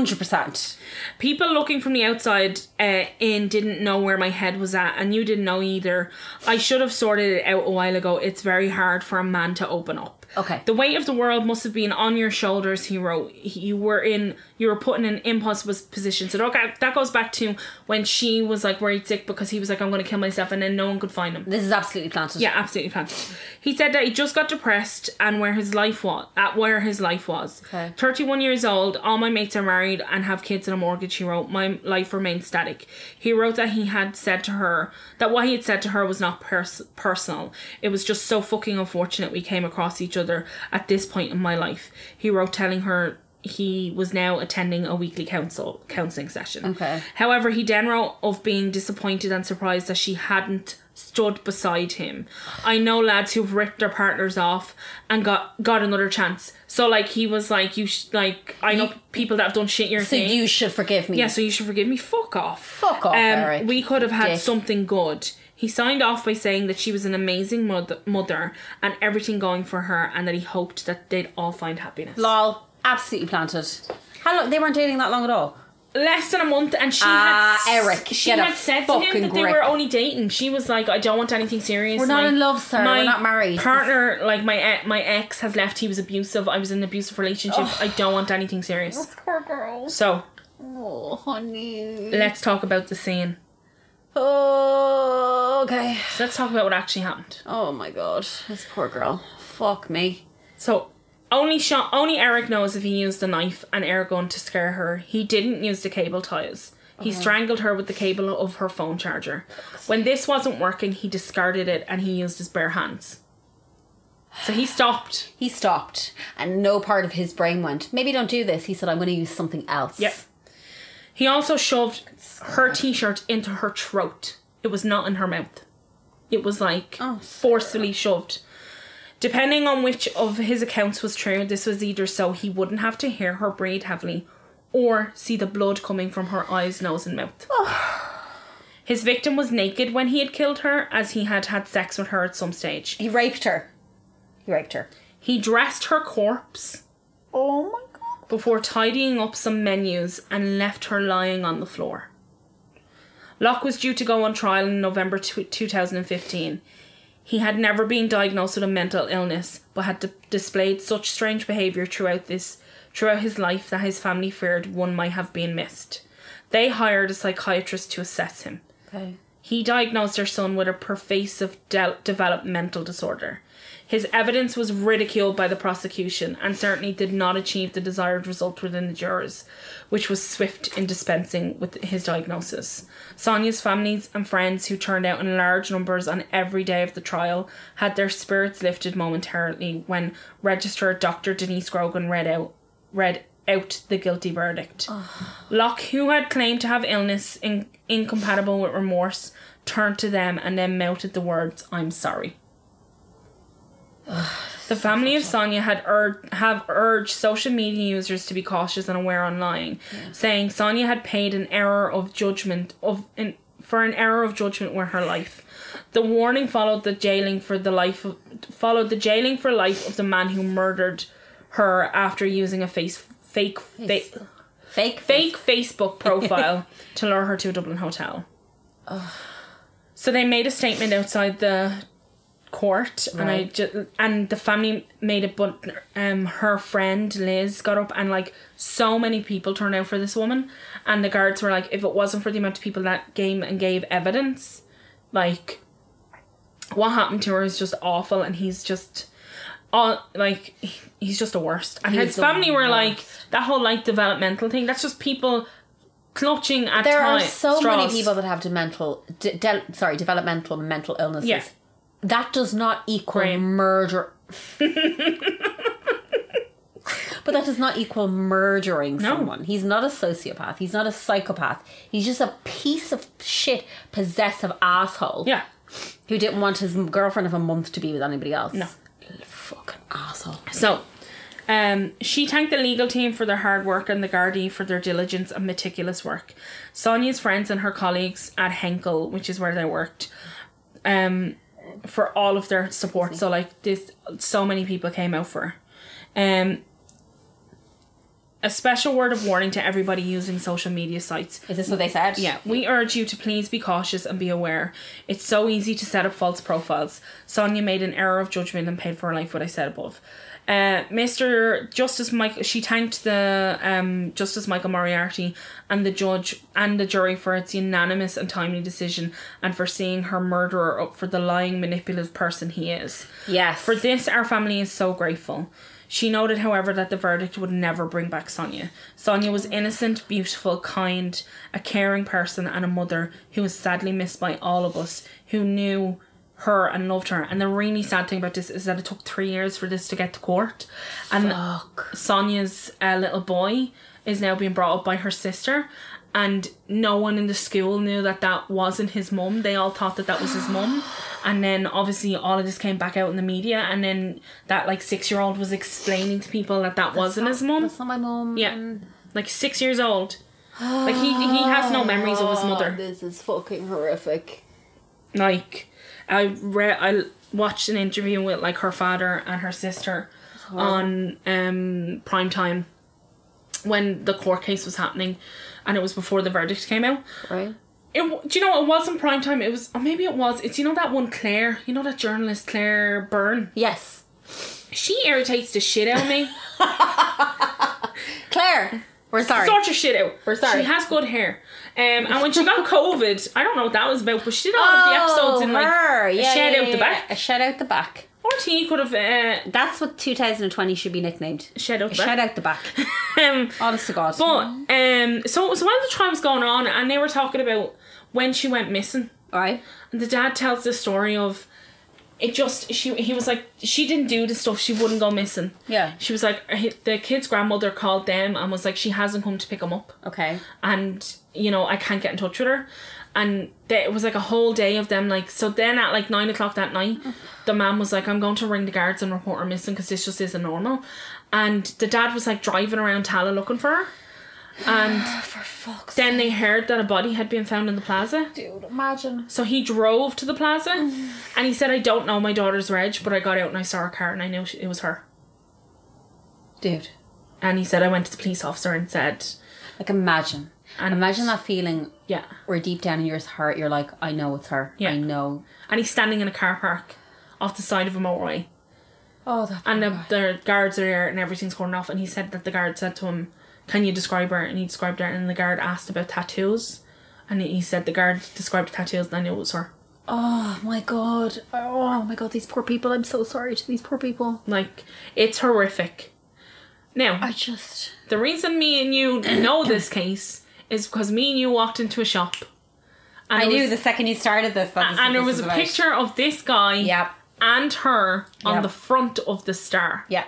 100%.
people looking from the outside uh, in didn't know where my head was at and you didn't know either i should have sorted it out a while ago it's very hard for a man to open up
Okay.
The weight of the world must have been on your shoulders, he wrote. You were in, you were put in an impossible position. So that that goes back to when she was like worried sick because he was like, I'm going to kill myself, and then no one could find him.
This is absolutely planted.
Yeah, absolutely planted. He said that he just got depressed and where his life was at where his life was.
Okay.
Thirty one years old, all my mates are married and have kids and a mortgage, he wrote. My life remained static. He wrote that he had said to her that what he had said to her was not pers- personal. It was just so fucking unfortunate we came across each other at this point in my life. He wrote telling her he was now attending a weekly council counseling session.
Okay.
However, he then wrote of being disappointed and surprised that she hadn't stood beside him. I know lads who've ripped their partners off and got got another chance. So like he was like you sh- like I know people that have done shit your
So
thing.
you should forgive me.
yeah, so you should forgive me. Fuck off. Um,
Fuck off, Eric.
We could have had
Dick.
something good. He signed off by saying that she was an amazing mother, mother and everything going for her, and that he hoped that they'd all find happiness.
Lol. Absolutely planted. How long? They weren't dating that long at all.
less than a month, and she
Ah,
had s-
Eric,
She
get a
had said to him
fucking
that they
grip.
were only dating. She was like, "I don't want anything serious.
We're not
My-
in love, sir. We're
my
not married."
Partner, like my e- my ex has left. He was abusive. I was in an abusive relationship. I don't want anything serious.
Poor girl.
So
Oh, honey.
let's talk about the scene.
Oh, okay.
So let's talk about what actually happened.
Oh my god, this poor girl. Fuck me.
So only Sean, only Eric knows if he used the knife and air gun to scare her. He didn't use the cable ties. He strangled her with the cable of her phone charger. When this wasn't working, he discarded it and he used his bare hands. So he stopped.
He stopped, and no part of his brain went. Maybe don't do this. He said, "I'm going to use something else."
Yep. He also shoved her t-shirt into her throat. It was not in her mouth. It was like
Oh,
forcefully shoved. Depending on which of his accounts was true, this was either so he wouldn't have to hear her breathe heavily or see the blood coming from her eyes, nose, and mouth. His victim was naked when he had killed her, as he had had sex with her at some stage.
He raped her. He raped her.
He dressed her corpse
Oh my god.
before tidying up some menus and left her lying on the floor. Locke was due to go on trial in November tw 2015. He had never been diagnosed with a mental illness, but had d- displayed such strange behaviour throughout this throughout his life that his family feared one might have been missed. They hired a psychiatrist to assess him.
Okay.
He diagnosed their son with a pervasive de- developmental disorder. His evidence was ridiculed by the prosecution and certainly did not achieve the desired result within the jurors, which was swift in dispensing with his diagnosis. Sonia's families and friends, who turned out in large numbers on every day of the trial, had their spirits lifted momentarily when Registrar Dr. Denise Grogan read out read out the guilty verdict. Locke, who had claimed to have illness in- incompatible with remorse, turned to them and then mouted the words, I'm sorry. The family of Sonia had ur- have urged social media users to be cautious and aware online, saying Sonia had paid an error of judgment of an, for an error of judgment with her life. The warning followed the jailing for the life of, followed the jailing for life of the man who murdered her after using a face fake fa-
Fake.
fake Facebook profile to lure her to a Dublin hotel. So they made a statement outside the court, and I
Right.
ju- and the family made it, but um, her friend Liz got up, and like so many people turned out for this woman, and the guards were like, if it wasn't for the amount of people that came and gave evidence, like what happened to her is just awful, and he's just. All, like he- he's just the worst, and
He's
his
the
family were
worst.
like that whole like developmental thing. That's just people clutching at
There
time,
are so many
straws.
people that have demental, de- del- sorry, developmental and mental illnesses.
Yeah.
That does not equal
Brain.
murder. but that does not equal murdering someone. He's not a sociopath. He's not a psychopath. He's just a piece of shit, possessive asshole
Yeah.
who didn't want his girlfriend of a month to be with anybody else.
No.
Fucking asshole.
So, um, she thanked the legal team for their hard work and the Gardaí for their diligence and meticulous work. Sonia's friends and her colleagues at Henkel, which is where they worked, um, for all of their support. So like this, so many people came out for. her. Um, a special word of warning to everybody using social media sites.
Is this what they said?
Yeah, we urge you to please be cautious and be aware. It's so easy to set up false profiles. Sonia made an error of judgment and paid for her life what I said above. Uh, Mr. Justice Michael, she thanked the um, Justice Michael Moriarty and the judge and the jury for its unanimous and timely decision and for seeing her murderer up for the lying, manipulative person he is.
Yes.
For this, our family is so grateful. She noted, however, that the verdict would never bring back Sonia. Sonia was innocent, beautiful, kind, a caring person, and a mother who was sadly missed by all of us who knew her and loved her. And the really sad thing about this is that it took three years for this to get to court. And Sonia's uh, little boy is now being brought up by her sister. And no one in the school knew that that wasn't his mum. They all thought that that was his mum. And then obviously all of this came back out in the media. And then that like six year old was explaining to people that that wasn't his mum.
That's not my mum.
Yeah. Like six years old. Like he, he has no memories of his mother.
Ah, This is fucking horrific.
like I read I watched an interview with like her father and her sister
Uh,
on um prime time when the court case was happening and it was before the verdict came out
Right?
it w- do you know it wasn't prime time it was or maybe it was it's you know that one claire you know that journalist claire byrne
Yes.
she irritates the shit out of me
Claire, we're sorry.
sort your shit out
We're sorry.
she has good hair um, and when she got covid i don't know what that was about but she did all of the episodes in like
Oh, her.
a
Yeah,
shed
yeah,
out
yeah,
the
yeah.
back
A shed out the back.
RT could have uh,
That's what 2020 should be nicknamed.
shed out
A
the back
shed out the back.
um,
Honest to God.
But
Mm.
um, so so while the trial was going on, and they were talking about when she went missing,
right?
and the dad tells the story of it. Just she he was like she didn't do the stuff. She wouldn't go missing.
Yeah.
She was like he- the kid's grandmother called them and was like she hasn't come to pick him up,
Okay.
and you know I can't get in touch with her. And they, it was like a whole day of them like so. Then at like nine o'clock that night, the man was like, "I'm going to ring the guards and report her missing because this just isn't normal." And the dad was like driving around Tala looking for her, and
Oh, For fuck's
then they heard that a body had been found in the plaza.
Dude, imagine.
So he drove to the plaza and he said, I don't know my daughter's reg, but I got out and I saw her car and I knew she- it was her.
Dude.
And he said, I went to the police officer and said,
Like, imagine.
and
Imagine that feeling
Yeah.
where deep down in your heart you're like, I know it's her.
Yeah.
I know.
And he's standing in a car park off the side of a motorway.
Oh, that.
And um, the, the guards are there and everything's going off. And he said that the guard said to him, Can you describe her? And he described her. And the guard asked about tattoos. And he said, The guard described tattoos and I knew it was her.
Oh my god. Oh my god, these poor people. I'm so sorry to these poor people.
Like, it's horrific. Now,
I just.
The reason me and you know this case is because me and you walked into a shop.
I
And there
knew
was-
the second you started this. That
And there was a picture of this guy
Yep.
and her on
Yep.
the front of the star.
Yeah.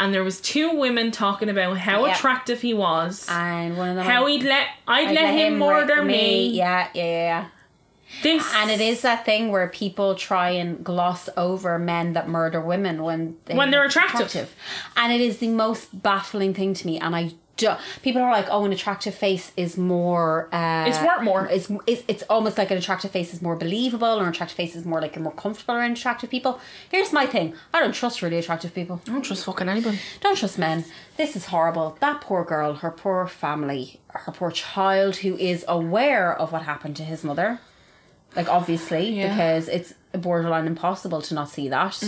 And there was two women talking about how
Yep.
attractive he was.
And one of them.
how he'd let I'd,
I'd
let, him murder
rape
me.
Yeah, yeah, yeah, yeah.
This
And it is that thing where people try and gloss over men that murder women when they
When they're attractive.
and it is the most baffling thing to me. And I do, people are like, "Oh, an attractive face is more uh,
It's worth more.
It's, it's it's almost like an attractive face is more believable, and an attractive face is more like you're more comfortable around attractive people." Here's my thing: I don't trust really attractive people.
I don't trust fucking anybody.
Don't trust men. This is horrible. That poor girl, her poor family, her poor child who is aware of what happened to his mother. Like, obviously,
Yeah. Mm-hmm.
because it's borderline impossible to not see that.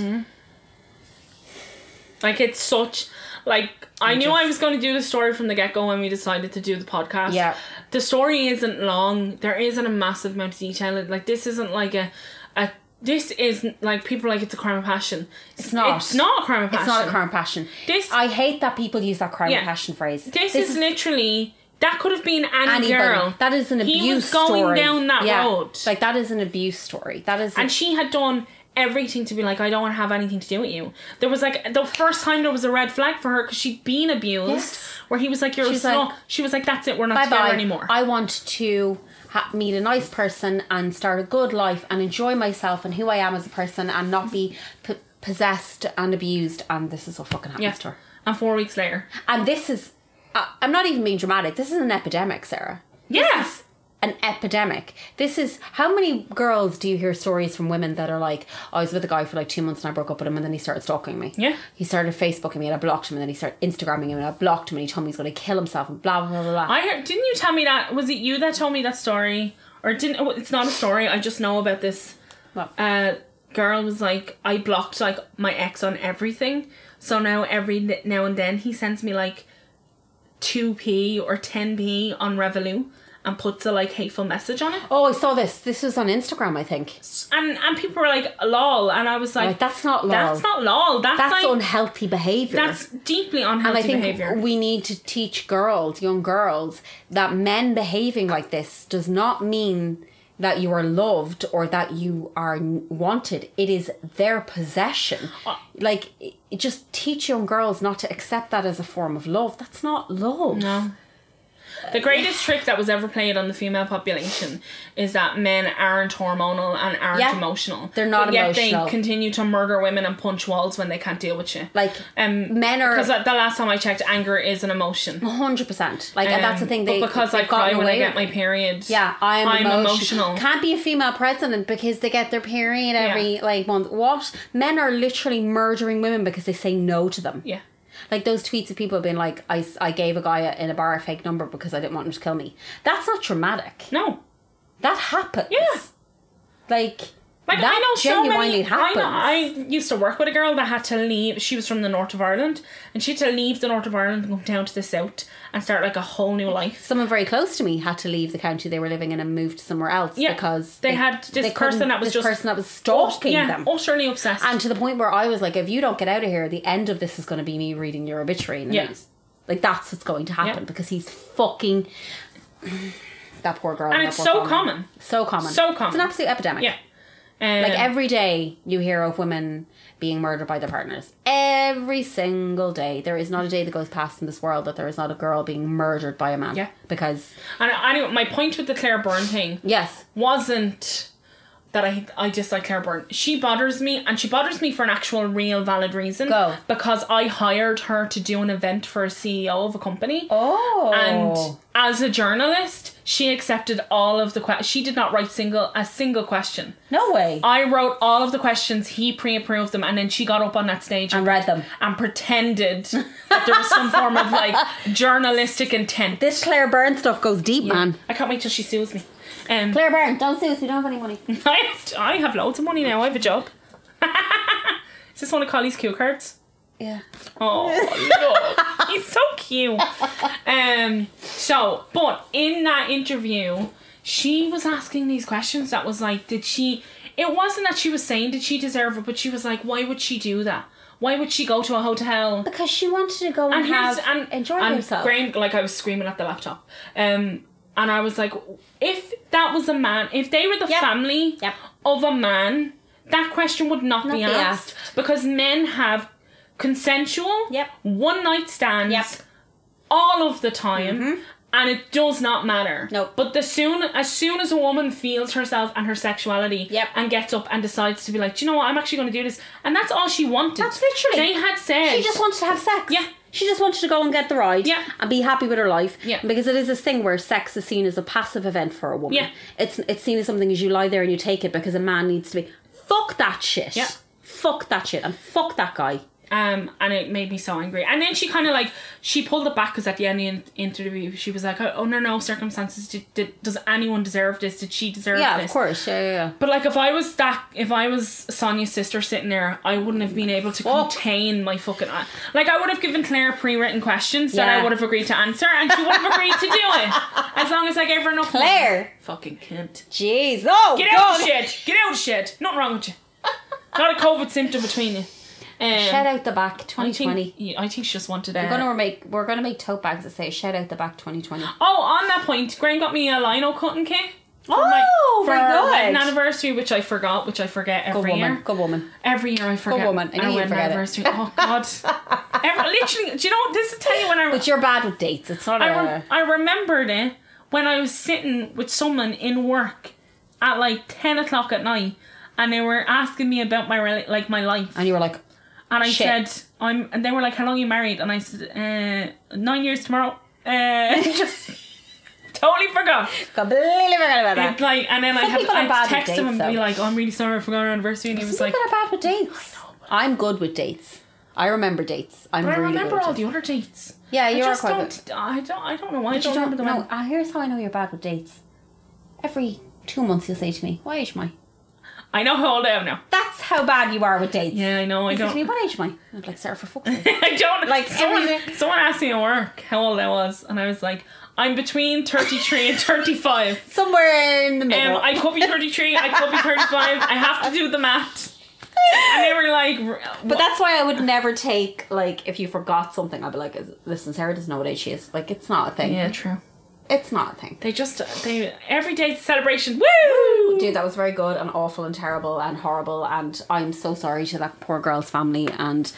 Like it's such like I knew I was going to do the story from the get go when we decided to do the podcast.
Yeah.
the story isn't long. There isn't a massive amount of detail. It- Like this isn't like a a this is like people are like it's a crime of passion. It's,
not.
It's not a crime of passion.
It's not a crime of passion.
This-
I hate that people use that crime
Yeah.
of passion phrase.
This, is, literally that could have been any
anybody.
girl.
That is an abuse
He was going
story.
down that
Yeah.
road,
Like, that is an abuse story. That is.
and she had done everything to be like, I don't want to have anything to do with you. There was like the first time there was a red flag for her because she'd been abused.
Yes.
Where he was like, "You're
She's
a slut."
like,
she was like, "That's it. We're not
bye
together
bye
anymore."
I want to ha- meet a nice person and start a good life and enjoy myself and who I am as a person and not be p- possessed and abused. And this is what fucking happens
Yeah.
to her.
And four weeks later.
uh, And this is, I I'm not even being dramatic. This is an epidemic, Sarah.
Yes.
an epidemic. This is how many girls do you hear stories from women that are like, I was with a guy for like two months and I broke up with him and then he started stalking me.
Yeah.
He started Facebooking me and I blocked him and then he started Instagramming him and I blocked him and he told me he's going to kill himself and blah, blah, blah, blah, blah.
I heard. Didn't you tell me that? Was it you that told me that story, or didn't? oh, It's not a story. I just know about this.
What?
Uh, girl was like, I blocked like my ex on everything, so now every n- now and then he sends me like two p or ten p on Revolut and puts a like hateful message on it,
oh, I saw this. This was on Instagram, I think.
and and people were like, lol, and I was like,
Like, that's not lol.
That's not lol. That's,
That's
like
unhealthy behavior.
that's deeply unhealthy
and I think
behavior.
we need to teach girls, young girls, that men behaving like this does not mean that you are loved or that you are n- wanted. It is their possession.
Uh,
Like, i- i- just teach young girls not to accept that as a form of love. That's not love.
No. The greatest trick that was ever played on the female population is that men aren't hormonal and aren't
Yeah.
emotional.
They're not
but yet
emotional.
They continue to murder women and punch walls when they can't deal with you.
Like,
um,
men are-
because the last time I checked, anger is an emotion.
100%. Like, and that's the
Um,
thing. They,
but because
they've
I cry
gotten
when I
away
get
with it.
my period.
Yeah, I am
I'm
emotional.
emotional.
Can't be a female president because they get their period every like month. What men are literally murdering women because they say no to them.
Yeah.
Like those tweets of people being like, I, s- I gave a guy in a bar a fake number because I didn't want him to kill me. That's not traumatic.
No.
That happens.
Yeah.
Like,
Like
that
I know so
genuinely
many. I,
happens.
know, I used to work with a girl that had to leave. She was from the north of Ireland, and she had to leave the north of Ireland and come down to the south and start like a whole new life.
Someone very close to me had to leave the county they were living in and moved somewhere else
Yeah,
because
they had this
they couldn't-
person that was
this
just-
person that was stalking
yeah,
them.
utterly obsessed.
And to the point where I was like, if you don't get out of here, the end of this is going to be me reading your obituary in the
Yeah.
news. Like, that's what's going to happen
Yeah.
because he's fucking. that poor girl.
And
that
it's
poor
so
family.
common.
So common.
So
It's
common.
an absolute epidemic.
yeah, um,
Like, every day you hear of women being murdered by their partners. Every single day. There is not a day that goes past in this world that there is not a girl being murdered by a man.
Yeah.
Because,
And I, anyway, my point with the Claire Byrne thing
yes.
wasn't that I I dislike Claire Byrne. She bothers me, and she bothers me for an actual, real, valid reason.
Go.
because I hired her to do an event for a CEO of a company.
Oh.
And as a journalist, she accepted all of the questions. She did not write single a single question.
No way.
I wrote all of the questions. He pre-approved them, and then she got up on that stage
And read them.
and pretended that there was some form of like journalistic intent.
This Claire Byrne stuff goes deep, man.
I can't wait till she sues me. Um,
Claire Byrne, don't sue us. We don't have any money.
I, I have loads of money now. I have a job. Is this one of Collie's cue cards?
Yeah.
Oh, look. He's so cute. Um, so, but in that interview, she was asking these questions that was like, did she. It wasn't that she was saying, did she deserve it, but she was like, why would she do that? Why would she go to a hotel?
Because she wanted to go and,
and
have
here's and
enjoy
and
herself.
Graham, like I was screaming at the laptop, um, and I was like, if that was a man, if they were the
Yep.
family
Yep.
of a man, that question would not, be,
be
asked, because men have consensual,
Yep.
one night stands,
Yep. Mm-hmm.
all of the time. And it does not matter.
Nope.
But the soon as soon as a woman feels herself and her sexuality
Yep.
and gets up and decides to be like, Do you know what, I'm actually gonna do this and that's all she wanted.
That's literally-
they had said
She just wanted to have sex.
Yeah.
She just wanted to go and get the ride.
Yeah.
And be happy with her life.
Yeah.
Because it is this thing where sex is seen as a passive event for a woman.
Yeah.
It's it's seen as something as you lie there and you take it because a man needs to be fuck that shit.
Yeah.
Fuck that shit and fuck that guy.
um, and it made me so angry. And then she kind of like she pulled it back because at the end of the interview she was like, "Oh no, no circumstances. Did, did, does anyone deserve this? Did she deserve
Yeah,
this?"
of course. Yeah, yeah, yeah.
But like, if I was that, if I was Sonia's sister sitting there, I wouldn't have been able to
Fuck.
contain my fucking. Like, I would have given Claire pre-written questions that
Yeah.
I would have agreed to answer, and she would have agreed to do it as long as I gave her enough. money.
Claire.
fucking cunt.
Jeez. Oh,
Get out
God.
of shit. Get out of shit. Nothing wrong with you. Not a COVID symptom between you. Um,
Shout out the back
I
2020.
think, yeah, I think she just wanted
we're
uh,
gonna make we're gonna make tote bags that say shout out the back 2020.
Oh, on that point, Graham got me a lino cutting kit. for
Oh,
for
very
our
good.
wedding anniversary, which I forgot, which I forget
Good
every
woman.
year.
Good woman.
Every year I forget.
woman. I knew
our
you'd
wedding
forget it.
anniversary. Oh God. Every, literally, do you know what? This will tell you when I.
But you're bad with dates. It's not.
I,
a-
rem- I remembered it when I was sitting with someone in work at like ten o'clock at night, and they were asking me about my rela- like my life,
and you were like,
and I
Oh, shit.
said I'm, and they were like, "How long are you married?" And I said, uh, nine years tomorrow." Uh, just totally forgot.
Completely forgot about that.
It's like, and then I
Some
had
people are
I
bad
had
with
to text him
dates,
and be
though.
like, "Oh, I'm really sorry I forgot our anniversary," and he was
Some
like,
people are bad with dates. I'm good with dates. I remember dates. I'm
"But I
really
remember
good with
all
dates.
the other dates."
Yeah,
I
you're
just
quite
don't. I don't. I don't know why I
But you
don't remember
don't
the
know.
one.
Ah, here's how I know you're bad with dates. Every two months you'll say to me, "What age am I?"
I know how old I am now.
That's how bad you are with dates.
Yeah, I know. I
You say to me,
don't.
"What age am I?" I'm like, "Sarah, for fuck's sake."
I don't.
Like,
someone.
everything-
Someone asked me at work how old I was, and I was like, "I'm between 33 and 35."
Somewhere in the middle.
Um, I could be 33, I could be 35. I have to do the math. And they were like, r-
but that's why I would never take like if you forgot something, I'd be like, "Listen, Sarah doesn't know what age she is. Like, it's not a thing.
yeah, true.
It's not a thing."
They just, they, every day's a celebration. Woo!
Dude, that was very good and awful and terrible and horrible. And I'm so sorry to that poor girl's family. And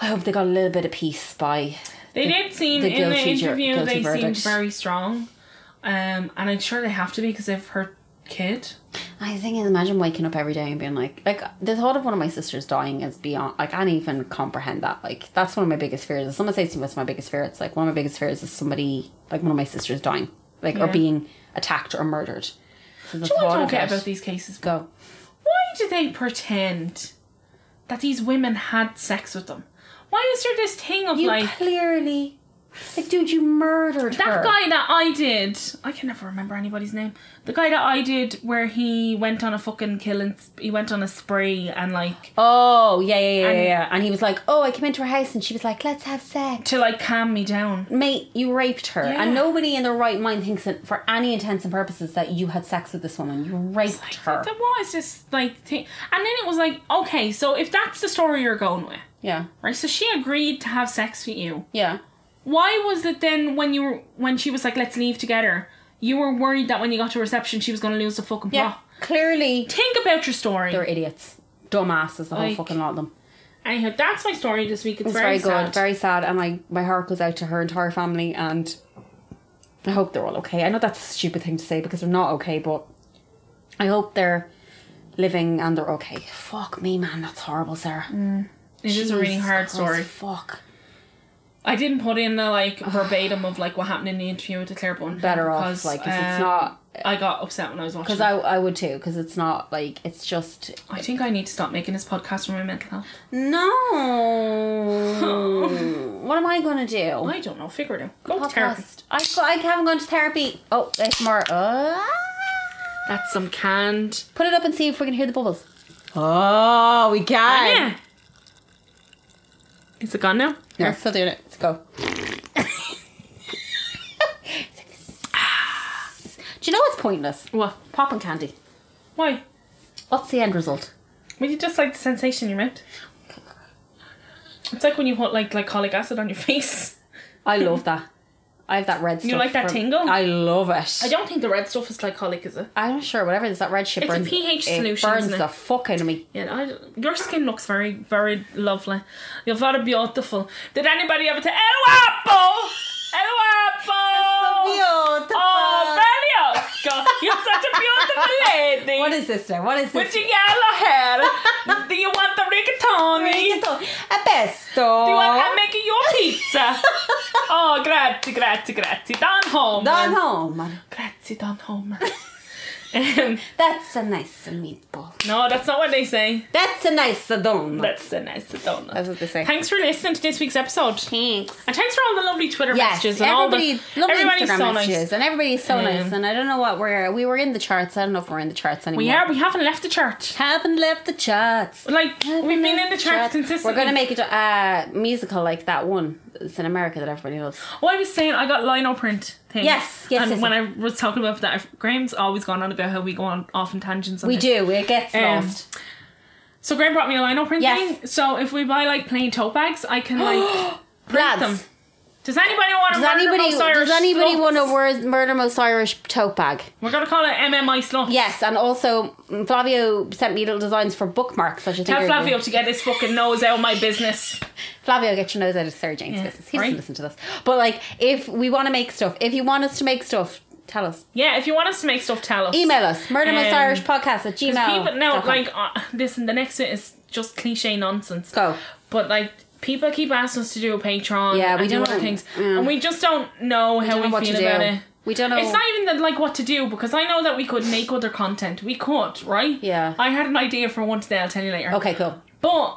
I hope they got a little bit of peace by.
They did seem,
the
in the
guilty ju-
interview,
guilty
they seemed
verdict.
very strong. Um, and I'm sure they have to be because of her kid.
I think imagine waking up every day and being like, like the thought of one of my sisters dying is beyond. I can't even comprehend that. Like that's one of my biggest fears. If someone says to me, "What's my biggest fear?" It's like one of my biggest fears is somebody, like one of my sisters dying, like or
Yeah.
being attacked or murdered. So the
Do you know what
thought
I
of
don't get
it-
about these cases?
Go.
Why do they pretend that these women had sex with them? Why is there this thing of
You
like,
clearly, like, dude, you murdered
That
her.
guy that I did, I can never remember anybody's name. The guy that I did, where he went on a fucking killing, sp- he went on a spree and like
Oh, yeah, yeah, yeah,
And-
yeah, yeah. And he was like, Oh, I came into her house and she was like, Let's have sex.
to like calm me down.
Mate, you raped her.
Yeah.
And nobody in their right mind thinks that for any intents and purposes that you had sex with this woman. You raped her.
Then what is this like thing? And then it was like, okay, so if that's the story you're going with,
yeah.
right? So she agreed to have sex with you.
Yeah.
Why was it then when you were when she was like, let's leave together? You were worried that when you got to reception, she was going to lose the fucking
Yeah.
plot.
Clearly
Think about your story.
they're idiots. Dumbasses, the whole
Like,
fucking lot of them.
Anyhow, that's my story this week. It's,
It's very,
very,
good,
sad.
very sad, and I my heart goes out to her entire family and I hope they're all okay. I know that's a stupid thing to say because they're not okay, but I hope they're living and they're okay. Fuck me, man, that's horrible, Sarah.
it is a really
Jesus
hard
Christ,
story.
Fuck.
I didn't put in the like verbatim of like what happened in the interview with the Claire Bond.
Better off, like, 'cause
um,
it's not.
uh, I got upset when I was watching.
Because I, I would too, because it's not like it's just
I think I need to stop making this podcast for my mental health.
no. what am I gonna do?
I don't know. Figure it out. Go to therapy.
Podcast. I go- I haven't gone to therapy. Oh, there's more. Ah.
That's some canned.
Put it up and see if we can hear the bubbles. Oh, we can.
Yeah. Is it gone now?
No, still doing it. Let's go. Do you know what's pointless?
What?
Popping candy.
Why?
What's the end result?
Well, you just like the sensation in your mouth. It's like when you put like glycolic acid on your face.
I love that. I have that red stuff.
like that tingle?
I love it.
I don't think the red stuff is glycolic, is it?
I'm not sure. Whatever it is, that red shit
It's a
burns.
pH
it
solution,
burns
isn't it?
the fuck out of me.
Yeah, I, your skin looks very, very lovely. You're very beautiful. Did anybody ever tell Hello Apple? Hello Apple! Oh, Belliosca! You're such a beautiful lady!
What is this now? What is
With
this?
your yellow hair! Do you want the rigatoni?
A pesto.
Do you want I'm making your pizza? oh, grazie, grazie, grazie. Don Homer.
Don home.
Grazie, Don Homer. um,
That's a nice meatball.
no, that's not what they say.
That's a nice donut.
That's a nice donut.
That's what they say.
Thanks for listening to this week's episode.
Thanks.
And thanks for all the lovely Twitter
Yes,
messages and all the
everybody, lovely
everybody's
Instagram
so nice.
messages, and everybody's so
Yeah.
nice. And I don't know what we're we were in the charts. I don't know if we're in the charts anymore.
We are. We haven't left the church.
Haven't left the charts.
Like
Haven't
we've been
left
in the
charts.
church consistently.
We're gonna make it a uh, musical like that one. It's in America that everybody loves.
Oh, I was saying I got lino print thing.
Yes, yes,
And
yes,
when I was talking about that, I've- Graham's always gone on about how we go on off on tangents. On
We
this.
do. It gets
Um,
lost.
So Graham brought me a lino print
Yes.
thing. So if we buy like plain tote bags, I can like print
Lads,
them. Does anybody want to
does
murder
anybody
most Irish
does anybody
sluts?
want to word, murder most Irish tote bag?
We're gonna call it MMI slot.
Yes, and also mm, Flavio sent me little designs for bookmarks. Which I think
Tell
are-
Flavio to get his fucking nose out of my business.
Flavio, get your nose out of Sarah Jane's
Yeah,
business. He
right.
doesn't listen to this. But like, if we want to make stuff, if you want us to make stuff, tell us.
Yeah, if you want us to make stuff, tell us.
Email us. Murder Most
Um,
Irish Podcast at
Because
gmail.
people now like uh, listen. The next bit is just cliche nonsense.
Go.
But like people keep asking us to do a Patreon.
Yeah, we
and do
don't-
other things,
yeah.
and we just don't know how
don't know
we
what
feel
to
about
do.
it.
We don't know.
It's not even that like what to do because I know that we could make other content. We could, right?
Yeah.
I had an idea for one today. I'll tell you later.
okay, cool.
But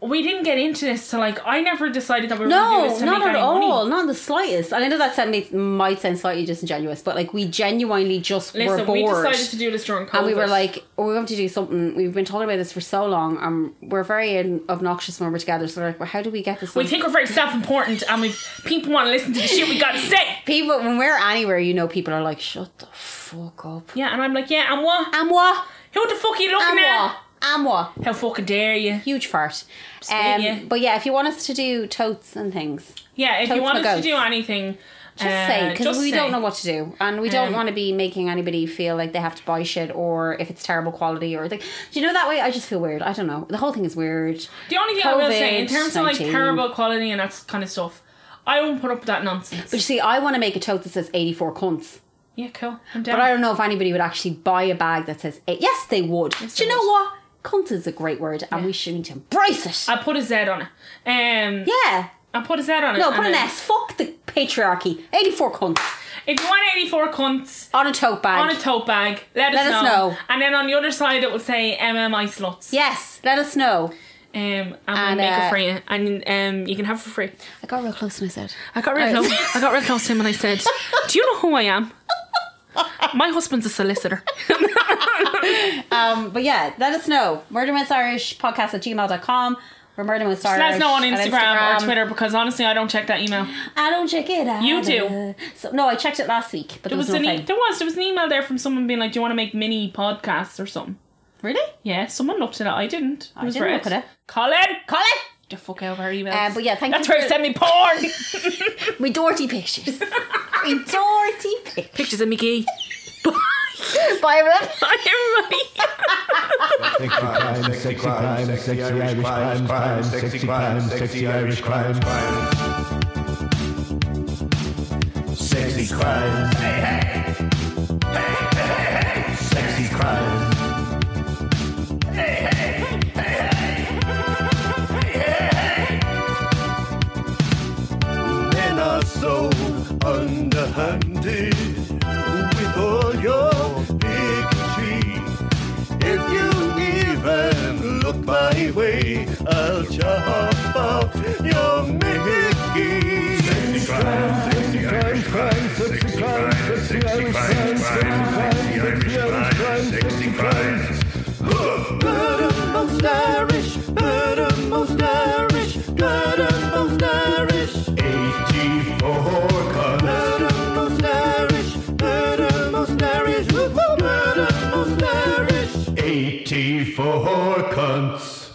we didn't get into this to like. I never decided that we were going
No,
to do this to
not
make
at
any
all.
money.
Not in the slightest. And I know that sound makes, might sound slightly disingenuous, but like we genuinely just were
Listen,
bored.
we decided to do this during COVID.
and we were like, oh, we want to do something. We've been talking about this for so long. Um, we're very in- obnoxious when we're together. So we're like, well, how do we get this?
we
on-
think we're very self-important, and we people want to listen to the shit we gotta say.
people when we're anywhere, you know, people are like, shut the fuck up.
Yeah, and I'm like, yeah, and what?
And what?
Who the fuck are you
And
looking
what?
at?
And what?
How fucking dare you?
Huge fart. Um,
saying, yeah.
But yeah, if you want us to do totes and things,
Yeah, if
Totes
you want
my
us
goats.
to do anything,
just
uh,
say because
just
we don't
say.
know what to do, and we don't
Um,
want to be making anybody feel like they have to buy shit or if it's terrible quality or like. Do you know that way? I just feel weird. I don't know. The whole thing is weird.
The only thing I will say in
COVID,
terms of like
19.
terrible quality and that kind of stuff, I won't put up with that nonsense.
But you see, I want to make a tote that says eighty four cunts.
yeah, cool. I'm down.
But I don't know if anybody would actually buy a bag that says eight. Yes, they would. Do you
they
know
would.
what? Cunt is a great word, and we should need to embrace it.
I put a Z on it. Um,
yeah.
I put a Z on it.
No,
and
put an
then-
S. Fuck the patriarchy. Eighty-four cunts
If you want 84 cunts
on a tote bag.
on a tote bag, let,
Let
us,
us
know.
know.
And then on the other side, it will say MMI sluts.
yes, let us know.
Um, and,
And,
we'll make
uh,
it for you. And um, you can have it for free.
I got real close and I said,
I got real close. I got real close to him and I said, "Do you know who I am? My husband's a solicitor."
Um, but yeah, let us know. Murder with Irish podcast at gmail.com. We're murder with Irish.
Let us know on Instagram or Twitter because honestly, I don't check that email.
I don't check it out.
You do.
So, no, I checked it last week, but there
There
was,
was
no
an e-
thing.
there was there was an email there from someone being like, "Do you want to make mini podcasts or something?"
Really?
Yeah, someone looked at it. I didn't. I was
didn't
red.
look at it.
Colin,
Colin?
the fuck out of our emails.
Uh, but yeah, thank
That's
you.
where he sent me porn.
for- We Dorothy pictures. we Dorothy pictures.
Pictures of Mickey.
Bye, everyone.
Bye, everybody.
Sexy crime, sexy crime, sexy Irish crime, crime, sexy crime, sexy Irish crime, crime. Sexy crime. Hey, hey. Hey, hey, hey. Sexy crime. Hey, hey. Hey, hey. Hey, hey. Men are so underhanded with all your bigotry. If you even look my way, I'll chop off your Mickey. Sexy crime, sexy Irish crime, sexy crime, sexy Irish crime, sexy crime, sexy crime, sexy crime. Murder most Irish, murder most Irish, murder most Irish. 84 colors. Murder most Irish, murder most Irish, woo-hoo, murder most Irish. 84 cunts.